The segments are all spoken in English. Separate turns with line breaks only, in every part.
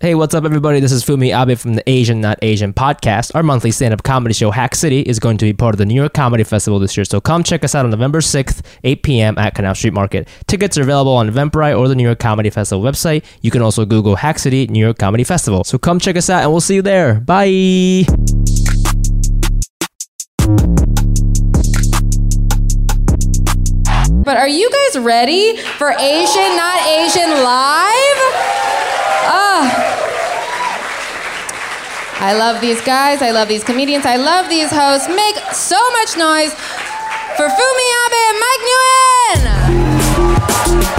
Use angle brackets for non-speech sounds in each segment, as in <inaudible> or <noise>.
Hey, what's up, everybody? This is Fumi Abe from the Asian Not Asian podcast. Our monthly stand up comedy show, Hack City, is going to be part of the New York Comedy Festival this year, so come check us out on November 6th, 8 p.m. at Canal Street Market. Tickets are available on Eventbrite or the New York Comedy Festival website. You can also Google Hack City New York Comedy Festival. So come check us out, and we'll see you there. Bye.
But are you guys ready for Asian Not Asian Live? Ah. I love these guys. I love these comedians. I love these hosts. Make so much noise for Fumi Abe and Mike Nguyen.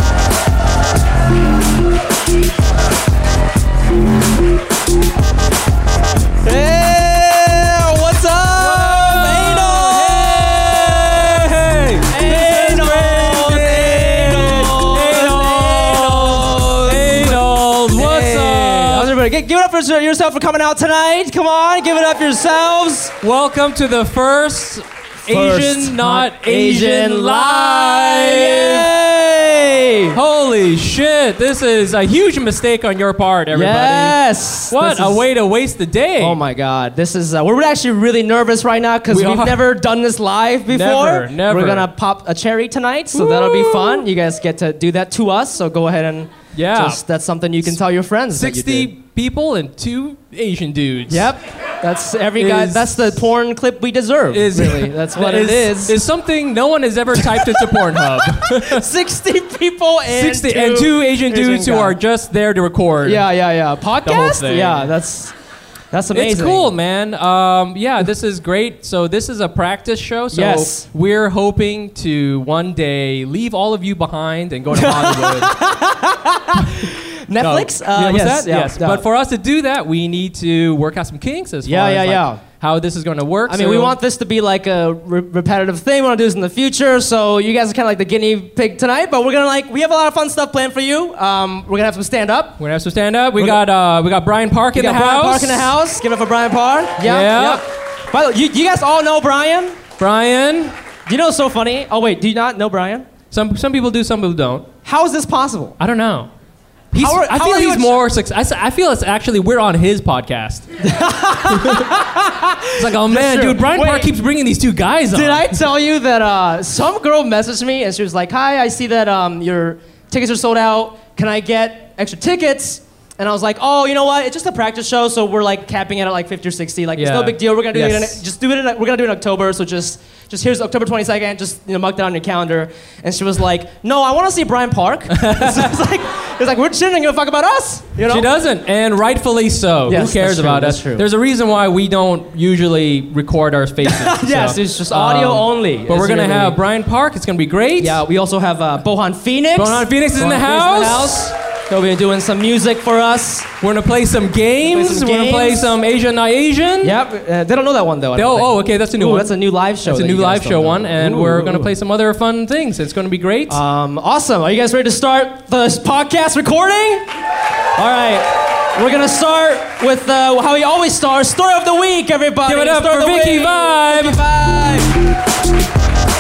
Hey, what's up? Hey, this is Randall. Hey. How's everybody? Gi- Give it up for yourself for coming out tonight. Come on, give it up yourselves.
Welcome to the first, Asian not Asian, live.
Yay!
Holy shit! This is a huge mistake on your part, everybody.
Yes.
What
This
a
is-
way to waste the day.
Oh my God! This is uh, we're actually really nervous right now because
We
we have
are.
never done this live before.
Never, never.
We're gonna pop a cherry tonight, so that'll be fun. You guys get to do that to us, so go ahead and
Yeah.
just, that's something you can tell your friends. that you
Sixty
did.
people and two Asian dudes.
Yep, that's every guy.
Is-
That's the porn clip we deserve.
Is
really that's what it is.
Is something no one has ever typed into Pornhub.
<laughs> Sixty people <laughs> and
60
two
and two Asian dudes who
guys.
are just there to record.
yeah yeah yeah podcast
thing.
yeah that's that's amazing.
It's cool, man. Um, yeah, this is great. So this is a practice show. So
Yes.
we're hoping to one day leave all of you behind and go
<laughs>
to Hollywood.
Netflix.
So-
uh,
Yeah, what's
yes,
that?
yeah,
yes.
yeah.
But for us to do that, we need to work out some kinks as
Yeah,
far
yeah,
as like,
yeah.
how this is going to work.
I mean, we want this to be like a re- repetitive thing. We want to do this in the future. So you guys are kind of like the guinea pig tonight, but we're gonna like we have a lot of fun stuff planned for you. Um, we're gonna have some stand up.
We're gonna have to stand up. We got uh, we got Brian Park
We
in
got
the
Brian
house.
Park in the house. Give it up for Brian Park. Yeah.
Yeah.
yeah. By the way, you, you guys all know Brian.
Brian.
You know, what's so funny. Oh wait, do you not know Brian?
Some some people do, some people don't.
How is this possible?
I don't know. He's,
How are-
I
how
feel
are you
he's
a-
more success. I s- I, feel it's actually we're on
<laughs>
his podcast. it's like, oh man,
true.
dude, Brian Park
Wait.
keeps bringing these two guys on.
Did I tell you that uh, some girl messaged me and she was like, "Hi, I see that um, your tickets are sold out. Can I get extra tickets?" And I was like, "Oh, you know what? It's just a practice show, so we're like capping it at like 50 or 60. Like it's
Yeah.
no big deal. We're gonna do it.
Yes.
In, just do it. In, we're gonna do it in October. So just." Just here's October 22nd. Just you know, mark that on your calendar. And she was like, "No, I want to see Brian Park." <laughs> so it's like, it's like we're chilling. Give a fuck about us, you know?
She doesn't, and rightfully so.
Yes,
Who cares
that's true,
about
that's
us?
true.
There's a reason why we don't usually record
<laughs>
our faces. Um,
Yes, it's just audio only.
But we're
It's
gonna
really-
have Brian Park. It's gonna be great.
Yeah, we also have uh, Bohan Phoenix.
Bohan Phoenix is in the house.
They'll be doing some music for us.
We're gonna play some games.
some
we're gonna play
games.
some Asian, not Asian.
Yep. <laughs> Uh, they don't know that one though. I
They-
don't
Oh, oh,
think.
okay, that's a new
Ooh,
one.
That's a new live show.
It's a
that
new
you guys
live
don't
show
know.
one, and
Ooh.
we're gonna play some other fun things. It's gonna be great.
Um, awesome. Are you guys ready to start this podcast recording? All right. We're gonna start with uh, how we always start. Story of the week, everybody.
Give it up
Story of
for
the
Vicky
week.
Vibe.
Vicky Vibe.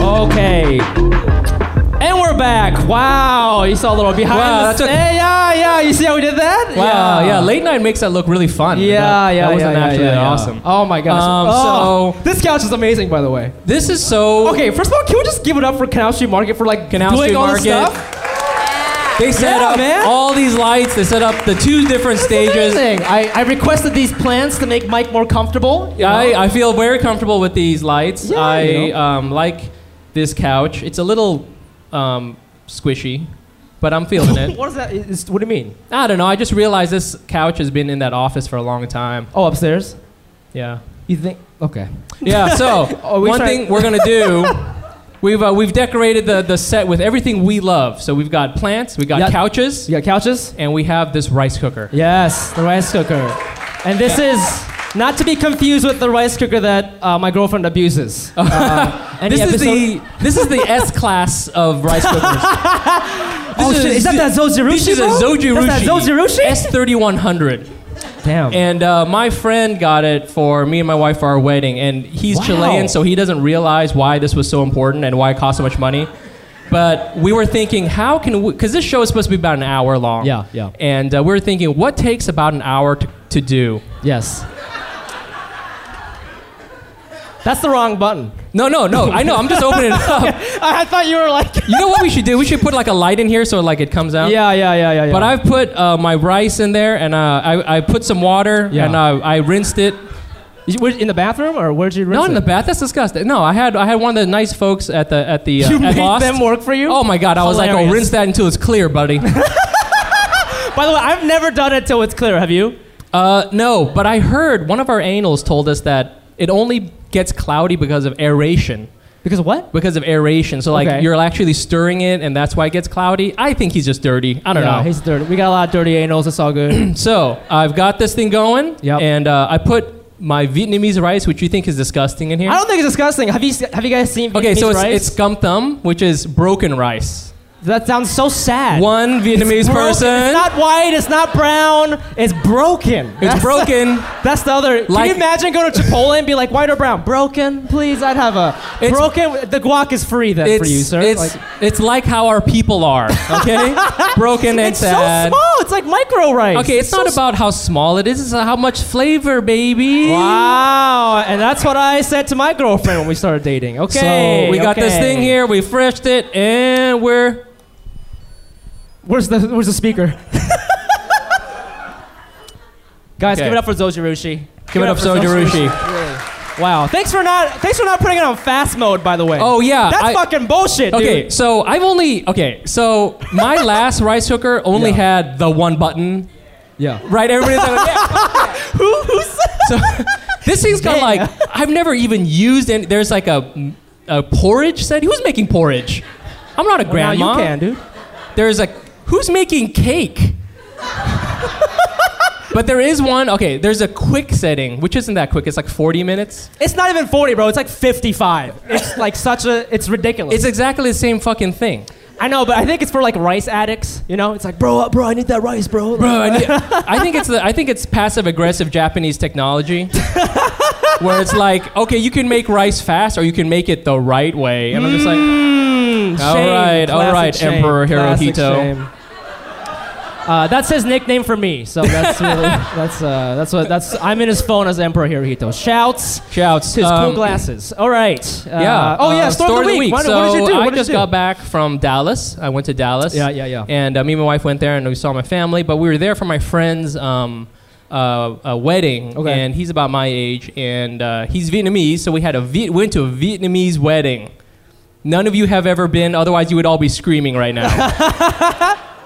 Okay. And we're back. Wow. You saw a little behind.
Wow,
the
that took-
Hey, yeah, yeah. You see how we did that?
Wow, yeah. late night makes that look really fun.
Yeah,
That-
yeah,
that wasn't
yeah, yeah,
actually
yeah,
that
yeah.
awesome.
Oh my gosh.
Um,
Oh,
so-
this couch is amazing, by the way.
This is so.
Okay, first of all, can we just give it up for Canal Street Market for like
Canal
doing
Street
all this
Market.
stuff?
They set
Yeah,
up
man.
all these lights. They set up the two different stages.
Amazing. I, I requested these plants to make Mike more comfortable. you know?
I, I feel very comfortable with these lights.
Yeah,
I
you know.
um, like this couch. It's a little um, squishy, but I'm
<laughs>
feeling it.
what is that? Is, what do you mean?
I don't know. I just realized this couch has been in that office for a long time.
Oh, upstairs.
Yeah.
You think? Okay. <laughs>
Yeah. So
Oh, we
one
tried-
thing we're
<laughs>
gonna do, we've uh, we've decorated the the set with everything we love. So we've got plants, we got
Yeah.
couches,
You got couches?
and we have this rice cooker.
Yes, the rice cooker. And this is not to be confused with the rice cooker that uh, my girlfriend <laughs> abuses. Uh, any
This is
episode-
the <laughs> this is the S class
<laughs>
of rice cookers.
Oh, shit, is that that Zojirushi,
This is a
bro?
Zojirushi.
That's that Zojirushi?
S thirty one hundred.
Damn.
And uh, my friend got it for me and my wife for our wedding, and he's
Wow.
Chilean, so he doesn't realize why this was so important and why it cost so much money. But we were thinking, how can we? Because this show is supposed to be about an hour long.
Yeah, yeah.
And uh, we were thinking, what takes about an hour to, to do?
Yes. That's the wrong button.
No, no, no. I know. I'm just opening it
<laughs>
up.
I, I thought you were like.
You know what we should do? We should put like a light in here so like it comes out.
yeah, yeah, yeah, yeah, yeah.
But I've put uh, my rice in there, and uh, I, I put some water,
Yeah.
and uh, I rinsed it.
You were in the bathroom or where'd you?
Not in the bath. That's disgusting. No, I had I had one of the nice folks at the at the uh,
You
at
made
Lost.
them work for you.
Oh my god! I was like, oh,
Hilarious.
rinse that until it's
<laughs>
clear, buddy.
By the way, I've never done it till it's clear. Have you?
uh, no, but I heard one of our anals told us that it only gets cloudy because of aeration.
Because what?
Because of aeration, so like
Okay.
you're actually stirring it, and that's why it gets cloudy. I think he's just dirty. I don't know.
He's dirty. We got a lot of dirty anals. It's all
<clears throat>
good.
So I've got this thing going,
Yep.
and uh, I put my Vietnamese rice, which you think is disgusting, in here.
I don't think it's disgusting. Have you se- have you guys seen?
okay, so
Vietnamese
it's,
rice?
it's scum thumb, which is broken rice.
that sounds so sad.
One Vietnamese
It's broken.
person,
It's not white. It's not brown. It's broken.
it's
That's-
broken.
<laughs> That's the other. Can
Like-
you imagine going to Chipotle and be like white or brown? Broken, please. I'd have a
<laughs> It's-
broken. The guac is free then
It's
for you, sir.
It's
Like-
it's like how our people are.
<laughs>
Okay, broken and
it's so
sad.
small. It's like micro rice.
Okay, it's,
so
not about how small it is. It's how much flavor, baby.
Wow, and that's what I said to my girlfriend when we started dating. Okay,
So we got this
okay.
thing here. We freshed it, and we're
Where's the Where's the speaker? <laughs> Guys,
Okay.
give it up for Zojirushi.
give it up,
for
Sojirushi.
Wow, thanks for not thanks for not putting it on fast mode. By the way.
Oh yeah,
that's
I-
fucking bullshit. dude.
Okay, so I've only okay, so my last rice cooker only
Yeah.
had the one button,
Yeah.
right? Everybody's like, yeah.
<laughs> Who, who's <laughs>
So this thing's got
Yeah.
like
<laughs>
I've never even used any. There's like a a porridge set. Who's making porridge? I'm not a
now
grandma.
you can, dude.
There's like who's making cake? but there is one. Okay, there's a quick setting, which isn't that quick. It's like 40 minutes.
It's not even 40, bro. It's like 55. It's like such a. It's ridiculous.
It's exactly the same fucking thing.
I know, but I think it's for like rice addicts. You know, it's like, bro, uh, bro, I need that rice, bro.
Bro, I, need- I think it's the, I think it's passive aggressive Japanese technology, where it's like, okay, you can make rice fast, or you can make it the right way, and I'm just like,
Mm,
All
shame.
right, all
Classic
right,
shame.
Emperor
Classic
Hirohito.
shame. Uh, that's his nickname for me. So that's
<laughs>
really, that's uh, that's what that's. I'm in his phone as Emperor Hirohito. Shouts
shouts.
to his
Um,
cool glasses. All right. Uh,
Yeah.
Oh yeah.
uh,
Store, of the week. What,
So
what did you do?
I
what did
just
you do?
got back from Dallas. I went to Dallas.
Yeah, yeah, yeah.
And uh, me and my wife went there, and we saw my family. But we were there for my friend's um, uh, a wedding,
Okay.
and he's about my age, and uh, he's Vietnamese. So we had a Viet- went to a Vietnamese wedding. None of you have ever been, otherwise you would all be screaming right
<laughs>
now.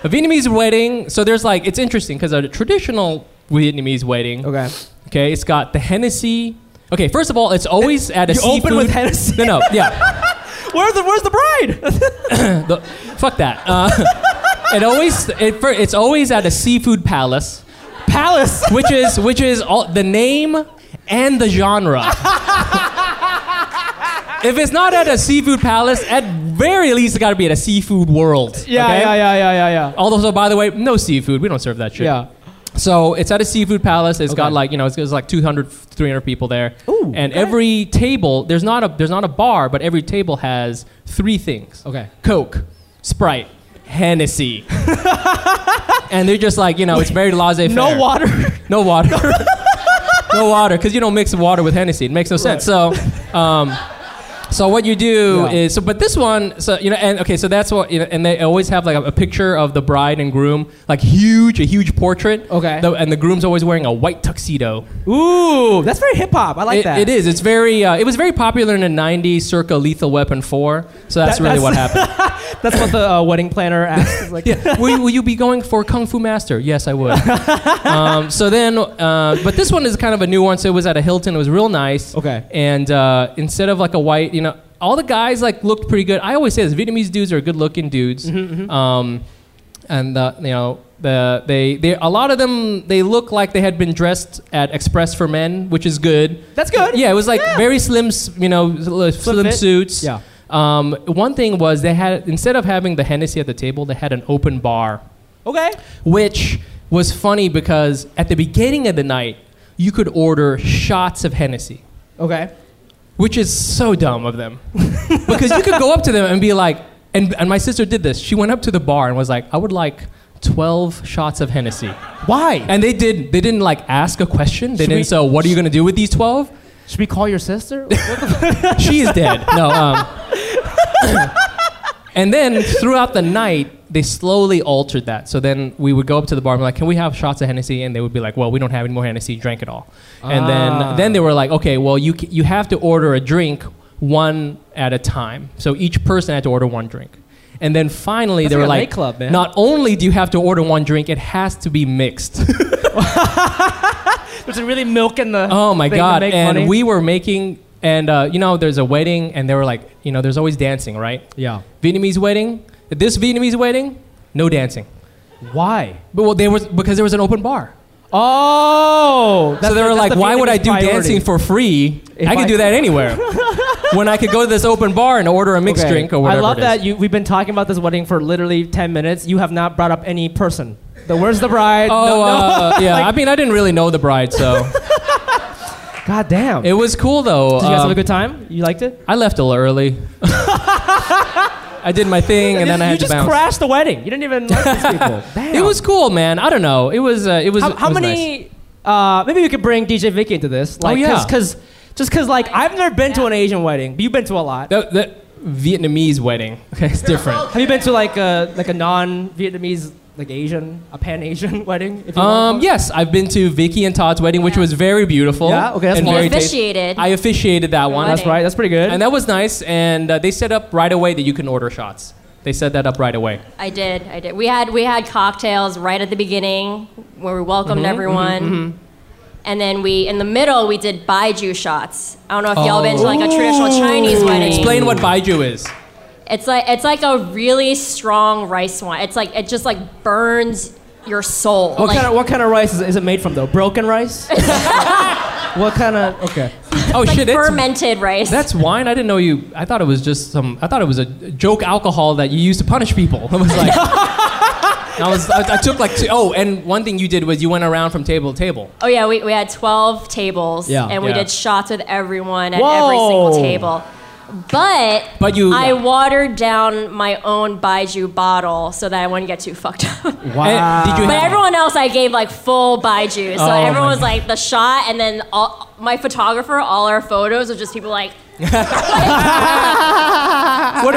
a Vietnamese wedding. So there's like it's interesting because a traditional Vietnamese wedding.
Okay.
Okay, it's got the Hennessy. Okay, first of all, it's always at a
You
seafood.
open with Hennessy?
No, no, yeah.
Where's the Where's the bride?
The- fuck that. Uh, <laughs> it always it, fir- it's always at a seafood palace,
<laughs> Palace.
<laughs> which is which is all, the name and the genre. <laughs> if it's not at a seafood palace, at very least it got to be at a seafood world.
Yeah,
okay?
yeah, yeah, yeah, yeah, yeah.
Although, so by the way, no seafood. We don't serve that shit.
Yeah.
So it's at a seafood palace. It's got
Okay.
like you know, it's, it's like 200, 300 people there.
Ooh,
and
okay.
every table, there's not a there's not a bar, but every table has three things:
Okay.
Coke, Sprite,
<laughs>
Hennessy. and they're just like you know, it's very laissez-faire.
No water.
<laughs> No water. no water, because you don't mix water with Hennessy. It makes no sense. So, <laughs> um, so what you do
Yeah.
is so, but this one, so you know, and okay, so that's what you know, and they always have like a, a picture of the bride and groom, like huge, a huge portrait.
Okay.
The- and the groom's always wearing a white tuxedo.
Ooh, that's very hip hop. I like
It-
that.
it is. It's very. Uh, it was very popular in the '90s, circa Lethal Weapon 4. So that's
That-
really what
that's-
happened.
That's what the uh, wedding planner asked. It's Like,
<laughs> yeah. Will, you- will you be going for Kung Fu Master? Yes, I would. um, so then, uh, but this one is kind of a new one. So it was at a Hilton. It was real nice.
Okay.
And uh, instead of like a white, you know, all the guys like looked pretty good. I always say this: Vietnamese dudes are good-looking dudes. Um, and uh, you know, the they they a lot of them they look like they had been dressed at Express for Men, which is good.
That's good.
Yeah, it was like
Yeah.
very slim, s- you know, slim, slim
fit.
suits.
Yeah.
Um, one thing was they had instead of having the Hennessy at the table, they had an open bar
okay.
which was funny because at the beginning of the night, you could order shots of Hennessy,
Okay.
which is so dumb of
<laughs>
them. because you could go up to them and be like, and, and my sister did this. She went up to the bar and was like, I would like 12 shots of Hennessy.
Why?
And they did. They didn't like ask a question. They
Should
didn't.
we-
so what are you gonna do with these twelve?
Should we call your <laughs> sister?
she is dead. No. Um, <coughs> and then throughout the night, they slowly altered that. So then we would go up to the bar and be like, "Can we have shots of Hennessy?" And they would be like, "Well, we don't have any more Hennessy. Drink it all." And
Ah.
then then they were like, "Okay, well you c- you have to order a drink one at a time. So each person had to order one drink." And then finally,
That's
they
like
were
a
like,
nightclub, man.
"Not only do you have to order one drink, it has to be mixed."
<laughs> Was it really milk in the?
Oh my
thing to
god!
make
And
money?
we were making, and uh, you know, there's a wedding, and they were like, you know, there's always dancing, right?
Yeah.
Vietnamese wedding. This Vietnamese wedding, no dancing.
Why?
But well, there was because there was an open bar.
Oh.
so they were like, why would I do dancing for free?
If
I can
I-
do that
<laughs>
anywhere. when I could go to this open bar and order a mixed drink or whatever.
I love
it is.
that you. We've been talking about this wedding for literally ten minutes. You have not brought up any person. The where's the bride?
Oh
No- no.
uh,
<laughs>
yeah, I mean I didn't really know the bride, so
God damn.
it was cool though.
Did you guys have
Um,
a good time? You liked it?
I left a little early. <laughs> I did my thing and then I
you
had
just
to bounce.
crashed the wedding. You didn't even like
<laughs>
these people. Damn.
It was cool, man. I don't know. It was. Uh, it was.
How,
it
how
was nice. Oh,
many? Uh, maybe we could bring DJ Vicky into this. Like,
yeah.
Cause, 'cause- just because like I've never been to an Asian wedding, but you've been to a lot.
That, that Vietnamese wedding. <laughs> Okay, it's different.
Have you been to like a like a non-Vietnamese like Asian, a Pan Asian <laughs> wedding? If you
Um,
want?
yes, I've been to Vicky and Todd's wedding, which was very beautiful.
Yeah, okay, that's
and
fine.
very
You
taste-
officiated.
I officiated that one,
that's right. That's pretty good.
and that was nice. And uh, they set up right away that you can order shots. They set that up right away.
I did. I did. We had we had cocktails right at the beginning where we
Mm-hmm,
welcomed everyone. And then we, in the middle, we did baiju shots. I don't know if y'all been to like a traditional
Oh.
Chinese wedding.
Explain what baiju is.
It's like it's like a really strong rice wine. It's like it just like burns your soul.
Oh,
what
like,
kind of what kind of rice is, is it made from though? Broken
<laughs>
rice? what kind of? Okay.
Oh
like
shit! It's,
fermented rice.
that's wine. I didn't know you. I thought it was just some. I thought it was a joke alcohol that you used to punish people. <laughs> I was
<laughs>
like. I was. I, I took like two oh, and one thing you did was you went around from table to table.
oh yeah, we, we had twelve tables
Yeah.
and we
Yeah.
did shots with everyone at every
Whoa.
single table. But
But you-
I watered down my own baiju bottle so that I wouldn't get too fucked
<laughs>
up.
And did you
But
have-
everyone else, I gave like full baiju. So
Oh,
everyone
my
was like the shot, and then all, my photographer, all our photos was just people like,
What a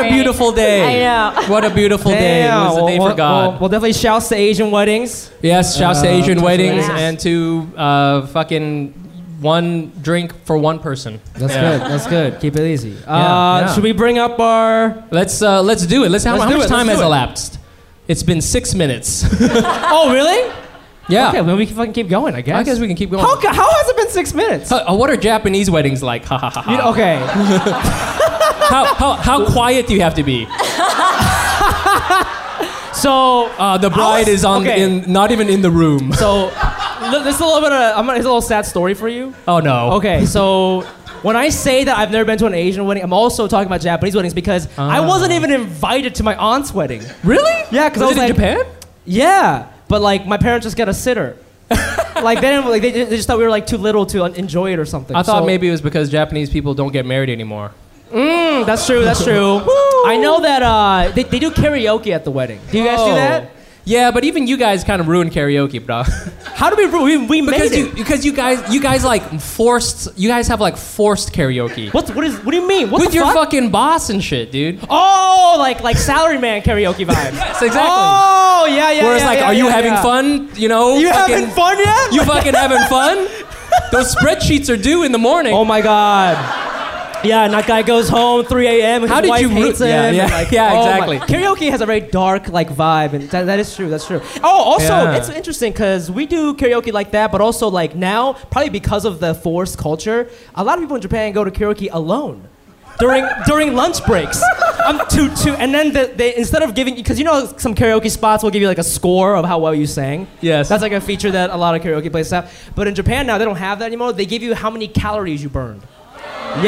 Right.
beautiful day.
<laughs> I know.
What a beautiful day. It was a day
well,
for God.
well, well, definitely shouts to Asian weddings.
yes, shouts to
Uh,
Asian
to
weddings
Asian
and to uh, fucking one drink for one person.
That's
Yeah.
good. That's good. Keep it easy. Uh,
yeah.
Should we bring up our?
Let's, uh, let's do it. Let's, how,
Let's
how
do
much
it,
time
let's
has
do it.
elapsed? It's been six minutes. <laughs>
Oh really?
yeah.
Okay, well we can fucking keep going. I guess.
I guess we can keep going.
How, ca- how has it been six minutes?
Uh, what are Japanese weddings like? Ha ha ha. ha.
You know- okay.
how, how,
<laughs>
how quiet do you have to be?
So
Uh, the bride
was-
is on
okay.
in, not even in the room. <laughs>
so li- this is a little bit of I'm gonna, it's a little sad story for you.
Oh no.
Okay, so when I say that I've never been to an Asian wedding, I'm also talking about Japanese weddings because
Ah.
I wasn't even invited to my aunt's wedding.
Really?
Yeah, 'cause I
Was
was
it
like-
in Japan?
Yeah, but like my parents just got a sitter. <laughs> like they didn't like they, they just thought we were like too little to enjoy it or something.
I thought
So-
maybe it was because Japanese people don't get married anymore.
Mm, that's true. That's <laughs> true. I know that uh, they, they do karaoke at the wedding. Do you guys do
Oh.
that?
Yeah, but even you guys kind of ruined karaoke, bro. <laughs>
How do we ru- we, we made
because
it?
you because you guys you guys like forced you guys have like forced karaoke
What's what is what do you mean? What
with
the
your
fuck?
fucking boss and shit, dude.
Oh, like like salaryman karaoke vibes.
Yes, <laughs> exactly.
Oh yeah yeah.
Where it's
yeah,
like,
yeah,
are you
yeah,
having
yeah.
fun? You know,
You
fucking-
having fun yet?
You fucking having fun? Those spreadsheets are due in the morning.
oh my god. Yeah, and that guy goes home 3 a.m. His
How did
wife
you root-
hates him.
Yeah,
and,
yeah,
like,
<laughs> yeah,
oh my-
exactly.
Karaoke has a very dark like vibe, and that, that is true. That's true. Oh, also,
Yeah.
it's interesting because we do karaoke like that, but also like now, probably because of the forced culture, a lot of people in Japan go to karaoke alone during <laughs> during lunch breaks. I'm too too, and then the, they instead of giving because you know some karaoke spots will give you like a score of how well you sang.
Yes.
that's like a feature that a lot of karaoke places have. But in Japan now they don't have that anymore. They give you how many calories you burned.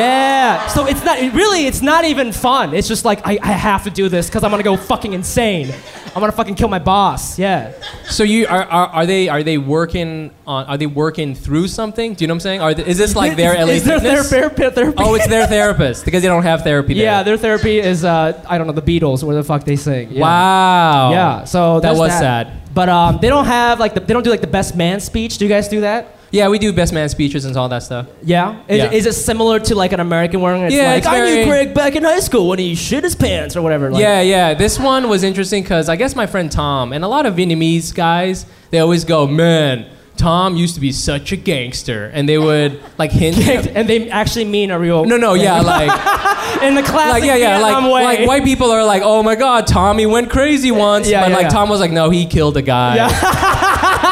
Yeah. So it's not it really it's not even fun. It's just like I, I have to do this because I'm gonna go fucking insane. I'm gonna fucking kill my boss. Yeah.
So you are, are are they are they working on are they working through something? Do you know what I'm saying? Are they, is this
<laughs>
like their LA
Is there
Fitness?
therapy? therapy?
Oh, it's their therapist because they don't have therapy.
<laughs>
There.
yeah. Their therapy is uh I don't know the Beatles where the fuck they sing. Yeah.
Wow.
Yeah. So
that
there's
was sad.
But um they don't have like the, they don't do like the best man speech. Do you guys do that?
Yeah, we do best man speeches and all that stuff.
Yeah. Is,
Yeah.
is it similar to like an American one? It's
Yeah,
Like
it's
I knew
very-
Greg back in high school when he shit his pants or whatever. Like,
yeah, yeah. This one was interesting because I guess my friend Tom and a lot of Vietnamese guys, they always go, man, Tom used to be such a gangster, and they would like hint.
And they actually mean a real
No, no, yeah,
<laughs>
like.
in the classic
like yeah, yeah, like,
Vietnam way.
like white people are like, oh my god, Tommy went crazy once,
Yeah,
but
yeah,
like
yeah.
Tom was like, no, he killed a guy.
Yeah.
<laughs>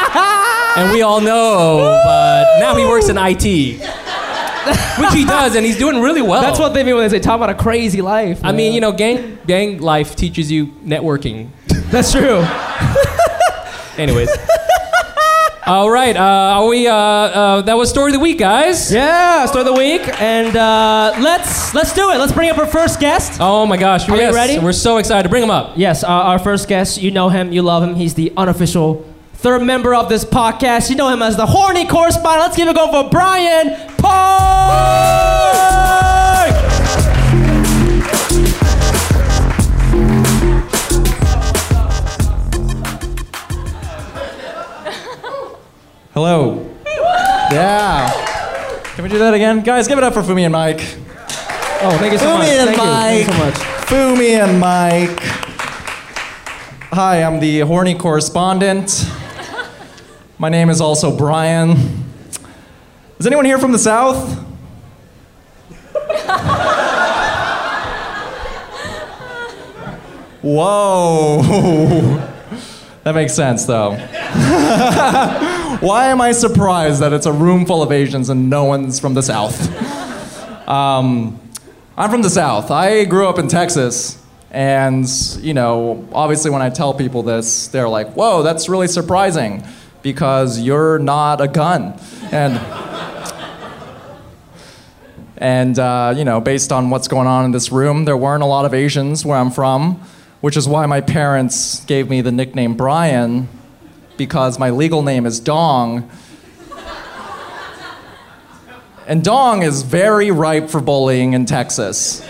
And we all know, but now he works in IT, which he does, and he's doing really well.
That's what they mean when they say talk about a crazy life.
I mean, you know, gang gang life teaches you networking.
that's true.
Anyways. <laughs> All right, uh, are we? Uh, uh, that was story of the week, guys.
Yeah, story of the week, and uh, let's let's do it. Let's bring up our first guest.
Oh my gosh,
Are you
yes,
ready?
We're so excited. Bring him up.
Yes, uh, our first guest. You know him, you love him. He's the unofficial third member of this podcast. You know him as the horny correspondent. Let's give it a go for Brian Park.
Hello. yeah. Can we do that again? Guys, give it up for Fumi and Mike.
Oh, thank you so
Fumi
much.
and
Thank you. Thank you so
Mike.
much.
Fumi and Mike. Hi, I'm the horny correspondent. My name is also Brian. Is anyone here from the South? Whoa. <laughs> That makes sense, though. <laughs> Why am I surprised that it's a room full of Asians and no one's from the South? Um, I'm from the South. I grew up in Texas. And, you know, obviously when I tell people this, they're like, whoa, that's really surprising because you're not a gun. And, and uh, you know, based on what's going on in this room, there weren't a lot of Asians where I'm from, which is why my parents gave me the nickname Brian because my legal name is Dong. And Dong is very ripe for bullying in Texas.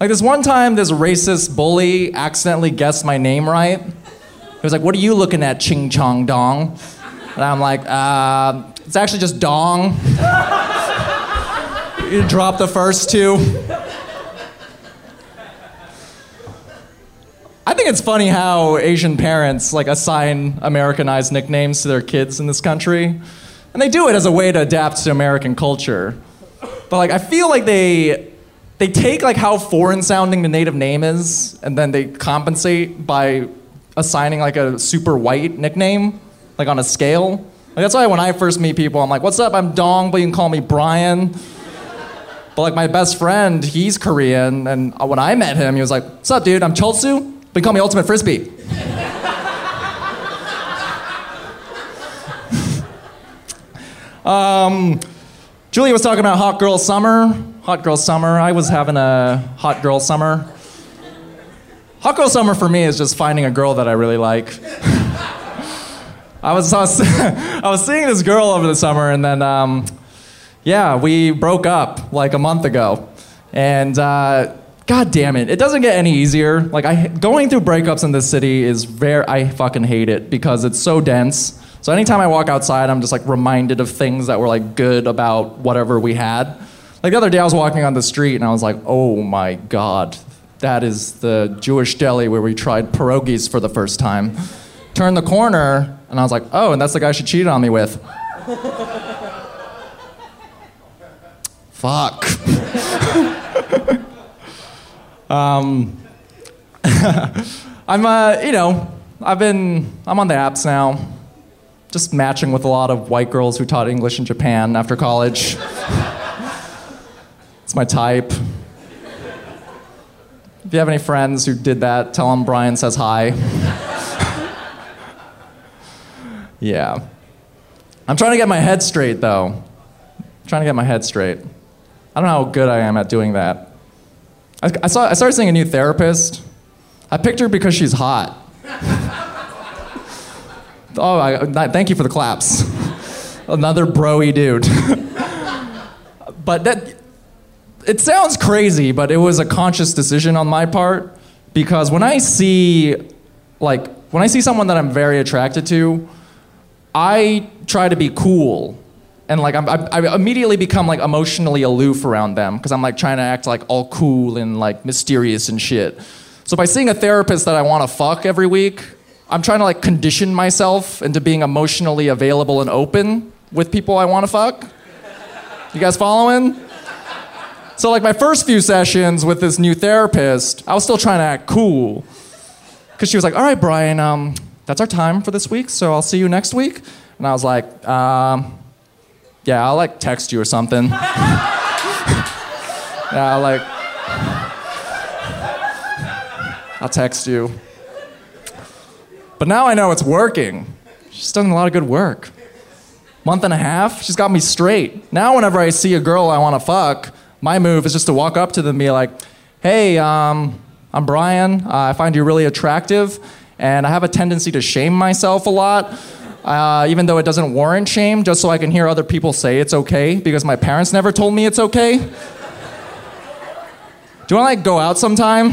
Like this one time, this racist bully accidentally guessed my name right. He was like, What are you looking at, Ching Chong Dong? And I'm like, uh, It's actually just Dong. you drop the first two. I think it's funny how Asian parents like assign Americanized nicknames to their kids in this country. And they do it as a way to adapt to American culture. But like I feel like they they take like how foreign sounding the native name is and then they compensate by assigning like a super white nickname like on a scale. Like that's why when I first meet people I'm like, "What's up? I'm Dong, but you can call me Brian." But like my best friend, he's Korean, and when I met him, he was like, "What's up, dude? I'm Cholsu, but you call me Ultimate Frisbee." <laughs> um, Julia was talking about hot girl summer. Hot girl summer. I was having a hot girl summer. Hot girl summer for me is just finding a girl that I really like. <laughs> I was I was, <laughs> I was seeing this girl over the summer, and then. Um, yeah, we broke up like a month ago. And uh, god damn it, it doesn't get any easier. Like I going through breakups in this city is very I fucking hate it because it's so dense. So anytime I walk outside, I'm just like reminded of things that were like good about whatever we had. Like the other day I was walking on the street and I was like, "Oh my god, that is the Jewish deli where we tried pierogies for the first time." Turned the corner and I was like, "Oh, and that's the guy she cheated on me with." Fuck. <laughs> um, <laughs> I'm, uh, you know, I've been, I'm on the apps now, just matching with a lot of white girls who taught English in Japan after college. <laughs> it's my type. If you have any friends who did that, tell them Brian says hi. <laughs> yeah. I'm trying to get my head straight though trying to get my head straight. I don't know how good I am at doing that. I, I saw, I started seeing a new therapist. I picked her because she's hot. <laughs> oh, I, th- thank you for the claps. <laughs> Another broy dude. <laughs> but that, it sounds crazy, but it was a conscious decision on my part because when I see, like, when I see someone that I'm very attracted to, I try to be cool. And like I'm, I, I immediately become like emotionally aloof around them because I'm like trying to act like all cool and like mysterious and shit. So by seeing a therapist that I want to fuck every week, I'm trying to like condition myself into being emotionally available and open with people I want to fuck. You guys following? So like my first few sessions with this new therapist, I was still trying to act cool. Cause she was like, all right, Brian, um, that's our time for this week, so I'll see you next week. And I was like, um, yeah, I'll like text you or something. <laughs> yeah, I'll like, I'll text you. But now I know it's working. She's done a lot of good work. Month and a half, she's got me straight. Now, whenever I see a girl I want to fuck, my move is just to walk up to them and be like, hey, um, I'm Brian. Uh, I find you really attractive, and I have a tendency to shame myself a lot. Uh, even though it doesn't warrant shame, just so I can hear other people say it's okay, because my parents never told me it's okay. Do you want to like go out sometime?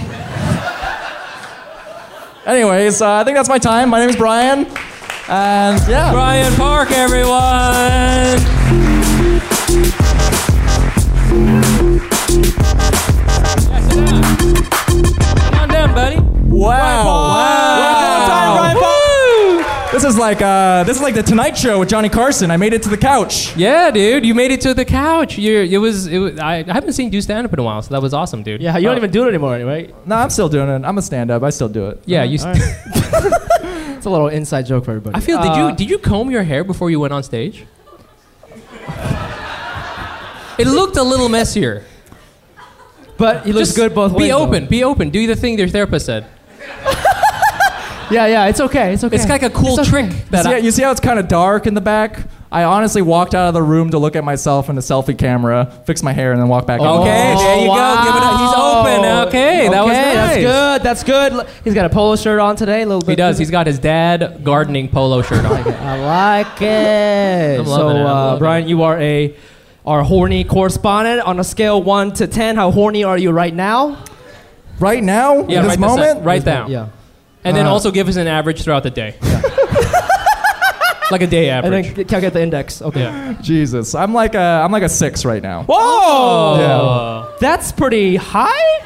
Anyways, uh, I think that's my time. My name is Brian, and yeah.
Brian Park, everyone. Come on down, buddy.
Wow!
Brian Park.
This is like uh, this is like the Tonight Show with Johnny Carson. I made it to the couch.
Yeah, dude, you made it to the couch. You, it was, it was. I, I haven't seen you stand up in a while, so that was awesome, dude. Uh,
Yeah, you don't even do it anymore, right?
No, I'm still doing it. I'm a stand-up. I still do it.
Yeah, you. St-
It's a little inside joke for everybody.
I feel. Did
Uh,
you did you comb your hair before you went on stage? it looked a little messier.
But he looks
Just
good both ways.
Be
though.
open. Be open. Do the thing your therapist said.
yeah, yeah, it's okay. It's okay.
It's like a cool trick that
See,
I,
you see how it's kind of dark in the back? I honestly walked out of the room to look at myself in a selfie camera, fix my hair, and then walk back. in.
Okay, there you go. Give it up. He's open. Okay, that was
Oh. Okay,
nice.
That's good. That's good. He's got a polo shirt on today. A little bit.
He does. He's got his dad gardening polo shirt on.
I like it.
I'm loving
so,
it, I'm loving
uh,
it.
Brian, you are a our horny correspondent. On a scale one to ten, how horny are you right now?
Right now,
Yeah,
in
right
this
this sec-
moment,
right down.
Yeah.
And then
Uh,
also give us an average throughout the day. <laughs> like a day
And
average.
then calculate the index. Okay.
yeah.
Jesus, I'm like a I'm like a six right now.
Whoa!
Oh.
That's pretty <laughs> high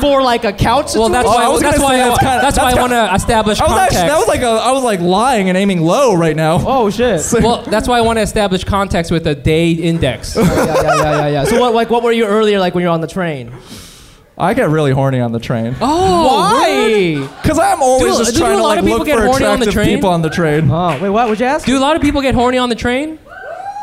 for like a couch.
Well, that's
Oh,
why.
I was
that's
gonna
why.
say
I,
that's kinda-
that's why
that's
I want to establish
I was
context.
actually, that was like a, I was like lying and aiming low right <laughs> now.
Oh shit.
well, that's why I want to establish context with a day index.
<laughs>
yeah, yeah, yeah, yeah, yeah. So what, like, what were you earlier, like when you're on the train?
I get really horny on the train
Oh,
Why?
because I'm always
Do-
just
do
trying
a
to
lot
like
of people
look
get
for
horny on the
attractive
train?
people on the train.
Oh, wait, what? Would you ask?
Do a lot of people get horny on the train?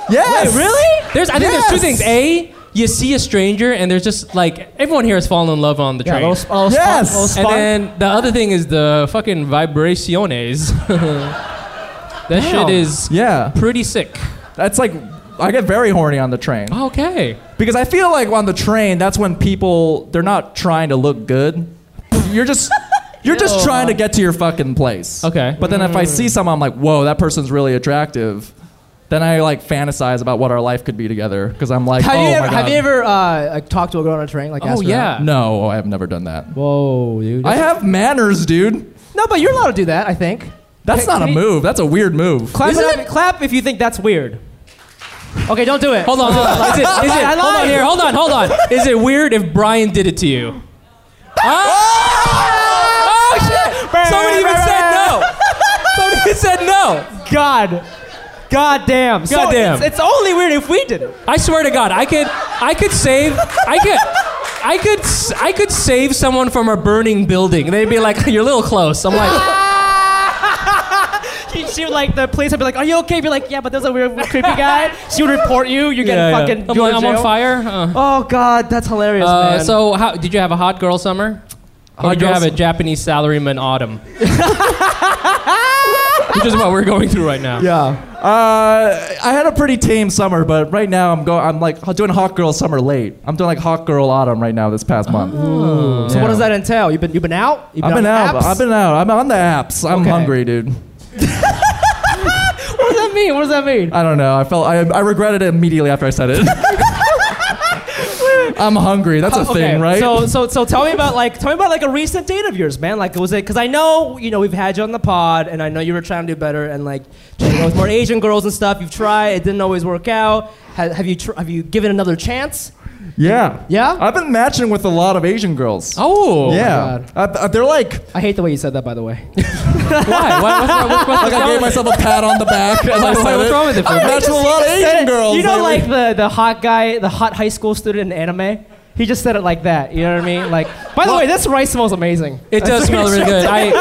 yes,
really?
There's, I think there's
Yes.
two things. A, you see a stranger, and there's just like everyone here has fallen in love on the
Yeah,
train.
little, sp- little spot-
Yes.
little
and
spot.
then the other thing is the fucking vibraciones. <laughs> that shit is
Yeah,
pretty sick.
that's like I get very horny on the train.
Okay.
Because I feel like on the train, that's when people they're not trying to look good. You're just you're just trying to get to your fucking place.
Okay.
But then if I see someone, I'm like, whoa, that person's really attractive. Then I like fantasize about what our life could be together because I'm like,
have,
oh
you
my
ever,
god.
have you ever uh, like, talked to a girl on a train? Like, asked
Oh
her out?
yeah.
No, I have never done that.
Whoa, dude.
I have manners, dude.
no, but you're allowed to do that. I think.
That's
Can-
not
can
a
you-
move. That's a weird move.
Clap,
Isn't
it up, clap if you think that's weird. Okay, don't do it.
Hold on, hold on. Is
<laughs>
it, is it,
I
hold on
lied.
here, hold on, hold on. Is it weird if Brian did it to you?
<laughs>
Oh, shit! Somebody even said no! Somebody said no!
God. God damn. God
damn.
It's, it's only weird if we did it.
I swear to God, I could, I could save, I could, I could, s- I could save someone from a burning building. They'd be like, "You're a little close."
<laughs>
I'm like,
She would like the police would be like, "Are you okay?" Be like, "Yeah, but there's a weird, creepy guy." She would report you. You're getting
yeah, yeah.
fucking.
I'm,
you're in
like, I'm on
jail."
fire. Uh,
Oh God, that's hilarious,
uh,
man.
so, how, did you have a hot girl summer? Or did you
girl
have a
sum-
Japanese salaryman autumn? Which is what we're going through right now.
yeah,
Uh, I had a pretty tame summer, but right now I'm going. I'm like doing hot girl summer late. I'm doing like hot girl autumn right now this past month.
Oh. So what does that entail? You've been you've been out. You've
I've been
on
out.
apps?
I've been out. I'm on the apps. I'm
Okay.
hungry, dude.
<laughs> What does that mean? What does that mean?
I don't know. I felt I, I regretted it immediately after I said it. I'm hungry. That's a thing, right?
So so so tell me about like tell me about like a recent date of yours, man. Like was it because I know you know we've had you on the pod, and I know you were trying to do better, and like you know, with more Asian girls and stuff, you've tried. It didn't always work out. Have, have you tr- have you given another chance?
yeah.
Yeah?
I've been matching with a lot of Asian girls.
Oh.
yeah. I- I- they're like
I hate the way you said that, by the way.
Why? Why? What's wrong, what's, wrong-
like I gave myself a pat on the back as I
what's
said
wrong- what's
it.
wrong with it?
I
Fred?
matched with a lot of Asian girls.
You know,
lately.
like the, the hot guy, the hot high school student in anime. He just said it like that. You know what I mean? Like, by the way, this rice smells amazing.
It does smell really good. I,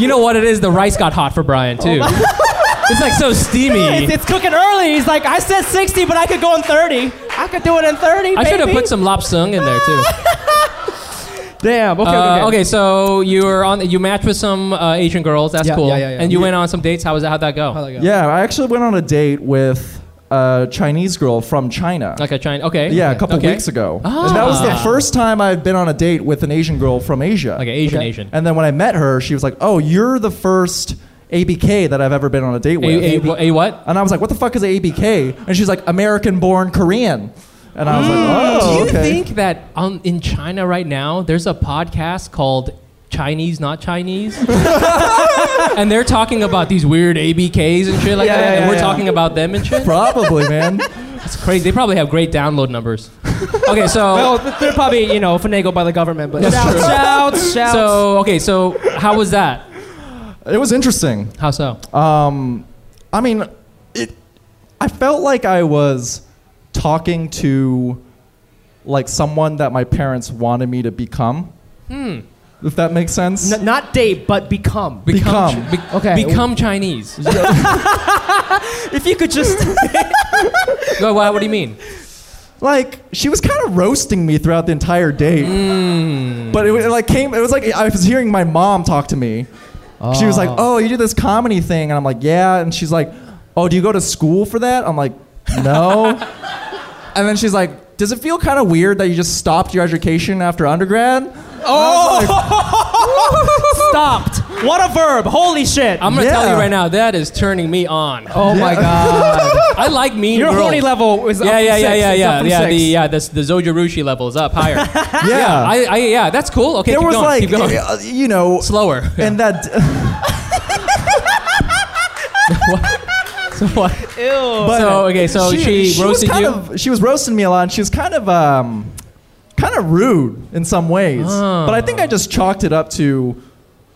you know what it is? The rice got hot for Brian too. <laughs> it's like so
<laughs> It's,
steamy.
it's cooking early. He's like, I said 60, but I could go in 30. I could do it in 30.
I should have
baby."
put some lop sung in there too.
Damn. Okay.
Uh,
okay.
okay, so you were on. You matched with some uh, Asian girls. That's
Yeah,
cool.
yeah, yeah, yeah.
And you went on some dates. How was that? How'd that go?
How'd that go?
Yeah, I actually went on a date with a Chinese girl from China.
Like a China. Okay.
yeah, a couple
okay.
weeks ago.
Ah.
And that was the first time I've been on a date with an Asian girl from Asia.
Like an Asian Asian.
And then when I met her, she was like, "Oh, you're the first ABK that I've ever been on a date with."
A, a, wha- a what?
and I was like, "What the fuck is an ABK?" And she's like, "American-born Korean." And I was like,
Mm.
"Oh,
Do you
okay."
think that um, in China right now there's a podcast called Chinese
<laughs>
Not Chinese, and they're talking about these weird ABKs and shit like
Yeah,
that,
yeah,
and
yeah,
we're
yeah.
talking about them and shit? <laughs>
Probably, man.
It's crazy. They probably have great download numbers.
<laughs>
Okay, so.
Well, Oh, th- they're probably you know finagled by the government, but
That's
shouts,
true.
shouts, shouts.
so okay, so how was that?
It was interesting.
How so?
Uh,
Um, I mean, it. I felt like I was talking to, like, someone that my parents wanted me to become. Hmm. If that makes sense.
N- not date, but become.
Become.
Chi- be-
Okay.
Become
<laughs>
Chinese.
If you could just <laughs>
Well, why- what do you mean?
like she was kind of roasting me throughout the entire date. But it, wa- it like came. It was like I was hearing my mom talk to me. She was like, "Oh, you do this comedy thing," and I'm like, "Yeah." And she's like, "Oh, do you go to school for that?" I'm like, "No." and then she's like, "Does it feel kind of weird that you just stopped your education after undergrad?"
stopped. What a verb! Holy shit!
I'm gonna tell
Yeah.
you right now, that is turning me on.
oh my god!
I like mean
Your
girls.
horny level is up
Yeah,
from
yeah, yeah,
six.
yeah,
It's up
yeah,
from
yeah.
six.
The yeah, the, the Zojirushi level is up
<laughs>
higher.
Yeah.
I, I yeah, that's cool. Okay,
there
keep
was
going,
like,
keep going. <laughs>
uh, you know,
<laughs>
slower.
and that. <laughs>
so what?
But
So, okay, so she roasted
was kind
you?
<laughs>
Of, she was roasting me a lot. And she was kind of um, kind of rude in some ways.
Oh.
But I think I just chalked it up to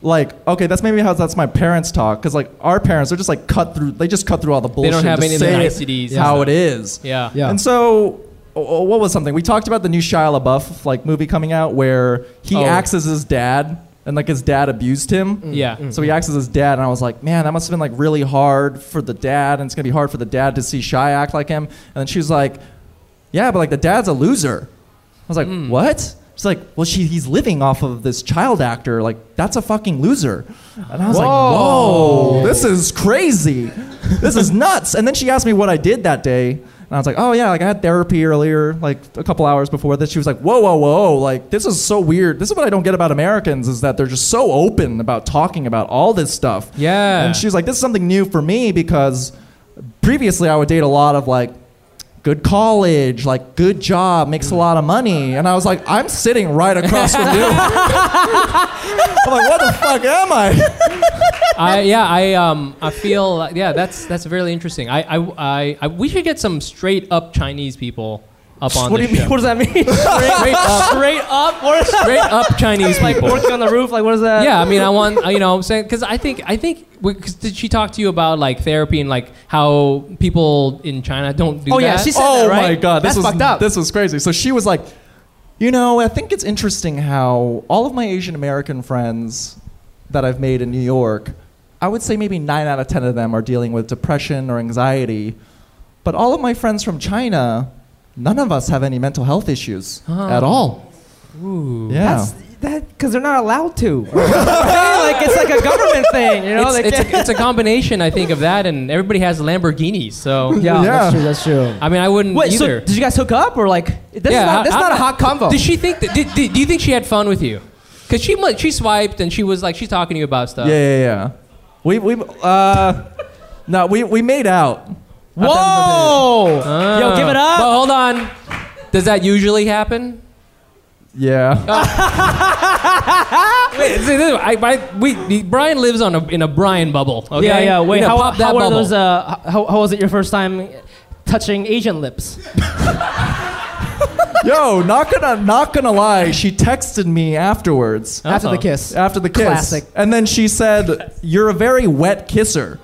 like okay, that's maybe how that's my parents talk because like our parents are just like cut through. They just cut through all the bullshit.
don't have
just
any of the
say it
niceties and
How
stuff.
it is.
Yeah.
Yeah.
And so. oh, oh, What was something we talked about? The new Shia LaBeouf like movie coming out where he
Oh. Mm.
acts as his dad, and like his dad abused him.
Yeah.
So he acts as his dad, and I was like, man, that must have been like really hard for the dad, and it's gonna be hard for the dad to see Shy act like him. And then she was like, yeah, but like the dad's a loser. I was like, what? She's like, well, she, he's living off of this child actor. Like, that's a fucking loser. And I was like, whoa, this is crazy. This is nuts. And then she asked me what I did that day. And I was like, oh, yeah, like I had therapy earlier, like a couple hours before this. She was like, whoa, whoa, whoa. Like, this is so weird. This is what I don't get about Americans is that they're just so open about talking about all this stuff.
Yeah.
And she was like, this is something new for me because previously I would date a lot of like good college, like good job, makes a lot of money. And I was like, I'm sitting right across from you.
<laughs>
I'm like, what the fuck am I?
I yeah, I um I feel like- yeah, that's that's really interesting. I I, I, I we should get some straight up Chinese people up on
What do
the
you mean?
show.
What does that mean? <laughs> Straight up. <laughs> Straight up. What is that?
<laughs> Straight up Chinese
Like
people.
working on the roof. Like what is that?
<laughs> yeah, I mean, I want I- you know, what I'm saying because I think I think because did she talk to you about like therapy and like how people in China don't do
Oh,
that?
yeah, she said-
oh
that, right?
my god, this
That's
was
fucked up.
this was crazy. So she was like, you know, I think it's interesting how all of my Asian American friends that I've made in New York, I would say maybe nine out of ten of them are dealing with depression or anxiety, but all of my friends from China, none of us have any mental health issues at all. Yeah.
That's, that because they're not allowed to. <laughs> like it's like a
<laughs>
government thing, you know?
It's,
they
it's,
can't-
a, it's a combination, I think, of that, and everybody has Lamborghinis. So
<laughs> yeah,
Yeah.
that's true. That's true.
I mean, I wouldn't
Wait, so
either.
did you guys hook up or like? This is not,
I-
this is
I'm
not a hot combo.
Did she think? That, did, did, do you think she had fun with you? Cause she mu- she swiped and she was like she's talking to you about stuff.
Yeah, yeah, yeah. We we uh, no, we we made out.
Whoa!
Ah.
Yo, give it up.
But hold on, does that usually happen?
<laughs>
Yeah.
Wait, see, this- I, I, we, Brian lives on a, in a Brian bubble. Okay?
Yeah, yeah. Wait,
You know,
how,
pop that
how were
bubble.
those? Uh, how, how was it your first time touching Asian lips?
Yo, not gonna not gonna lie. She texted me afterwards.
After
Uh-oh.
the kiss.
After the kiss.
Classic.
And then she said, You're a very wet kisser.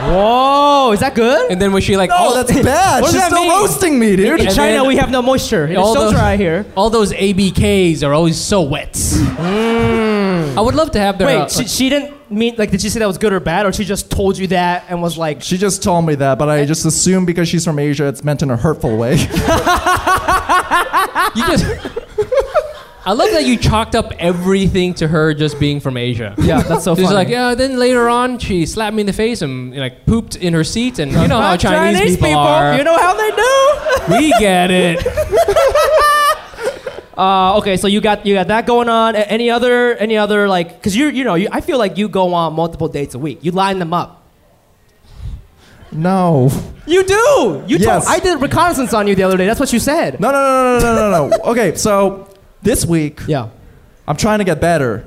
Whoa, is that good?
and then was she like, "Oh,
No,
all,
<laughs>
Oh, that's bad.
Oh, What does
She's
that
still
mean?
roasting me, dude.
In
And
China,
then-
we have no moisture. It's
all
so
those-
dry
<laughs>
here.
all those ABKs are always so wet. I would love to have their. uh,
Wait, she, she didn't mean like. Did she say that was good or bad, or she just told you that and was like,
She just told me that, but I just assumed because she's from Asia, it's meant in a hurtful
<laughs>
way.
you just. <laughs> I love that you chalked up everything to her just being from Asia.
"Yeah, that's so
She's
funny."
like, yeah. Then later on, she slapped me in the face and like pooped in her seat, and you know how Chinese, people, are.
You know how they do.
we get
<laughs>
it.
<laughs> Uh, okay, so you got you got that going on. A- Any other any other like? Cause you you know you, I feel like you go on multiple dates a week. You line them up.
no.
You do. You
Yes.
told, I did reconnaissance on you the other day. That's what you said.
No, no, no, no, no, no, no, no. Okay, so this week,
Yeah.
I'm trying to get better.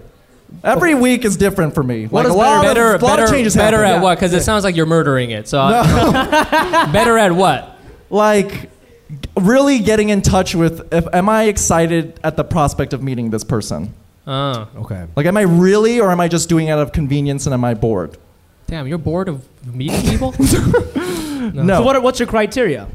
Every week is different for me.
What
like
is
a lot
better,
of, lot
better,
of changes
better
happen.
at
Yeah.
what? Because it sounds like you're murdering it. So uh, <laughs>
<laughs>
better at what?
like really getting in touch with if am I excited at the prospect of meeting this person?
Oh,
Okay.
Like am I really or am I just doing it out of convenience and am I bored?
damn, you're bored of meeting people.
No.
So what are, what's your criteria?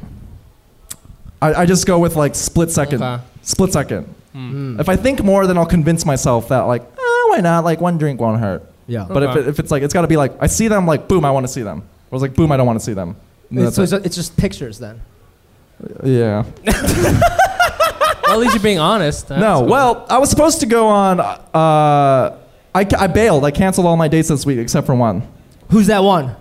I, I just go with like split second.
Okay.
Split second.
Hmm.
If I think more then I'll convince myself that like, oh, why not? Like one drink won't hurt.
Yeah.
But if,
Okay.
it, if it's like it's got to be like I see them like boom, I want to see them. Or it's like boom, I don't want to see them. And that's
so
it.
it's, it's just pictures then.
yeah.
Well, at least you're being honest. That's
no,
cool.
well, I was supposed to go on. Uh, I, ca- I bailed. I canceled all my dates this week except for one.
Who's that one?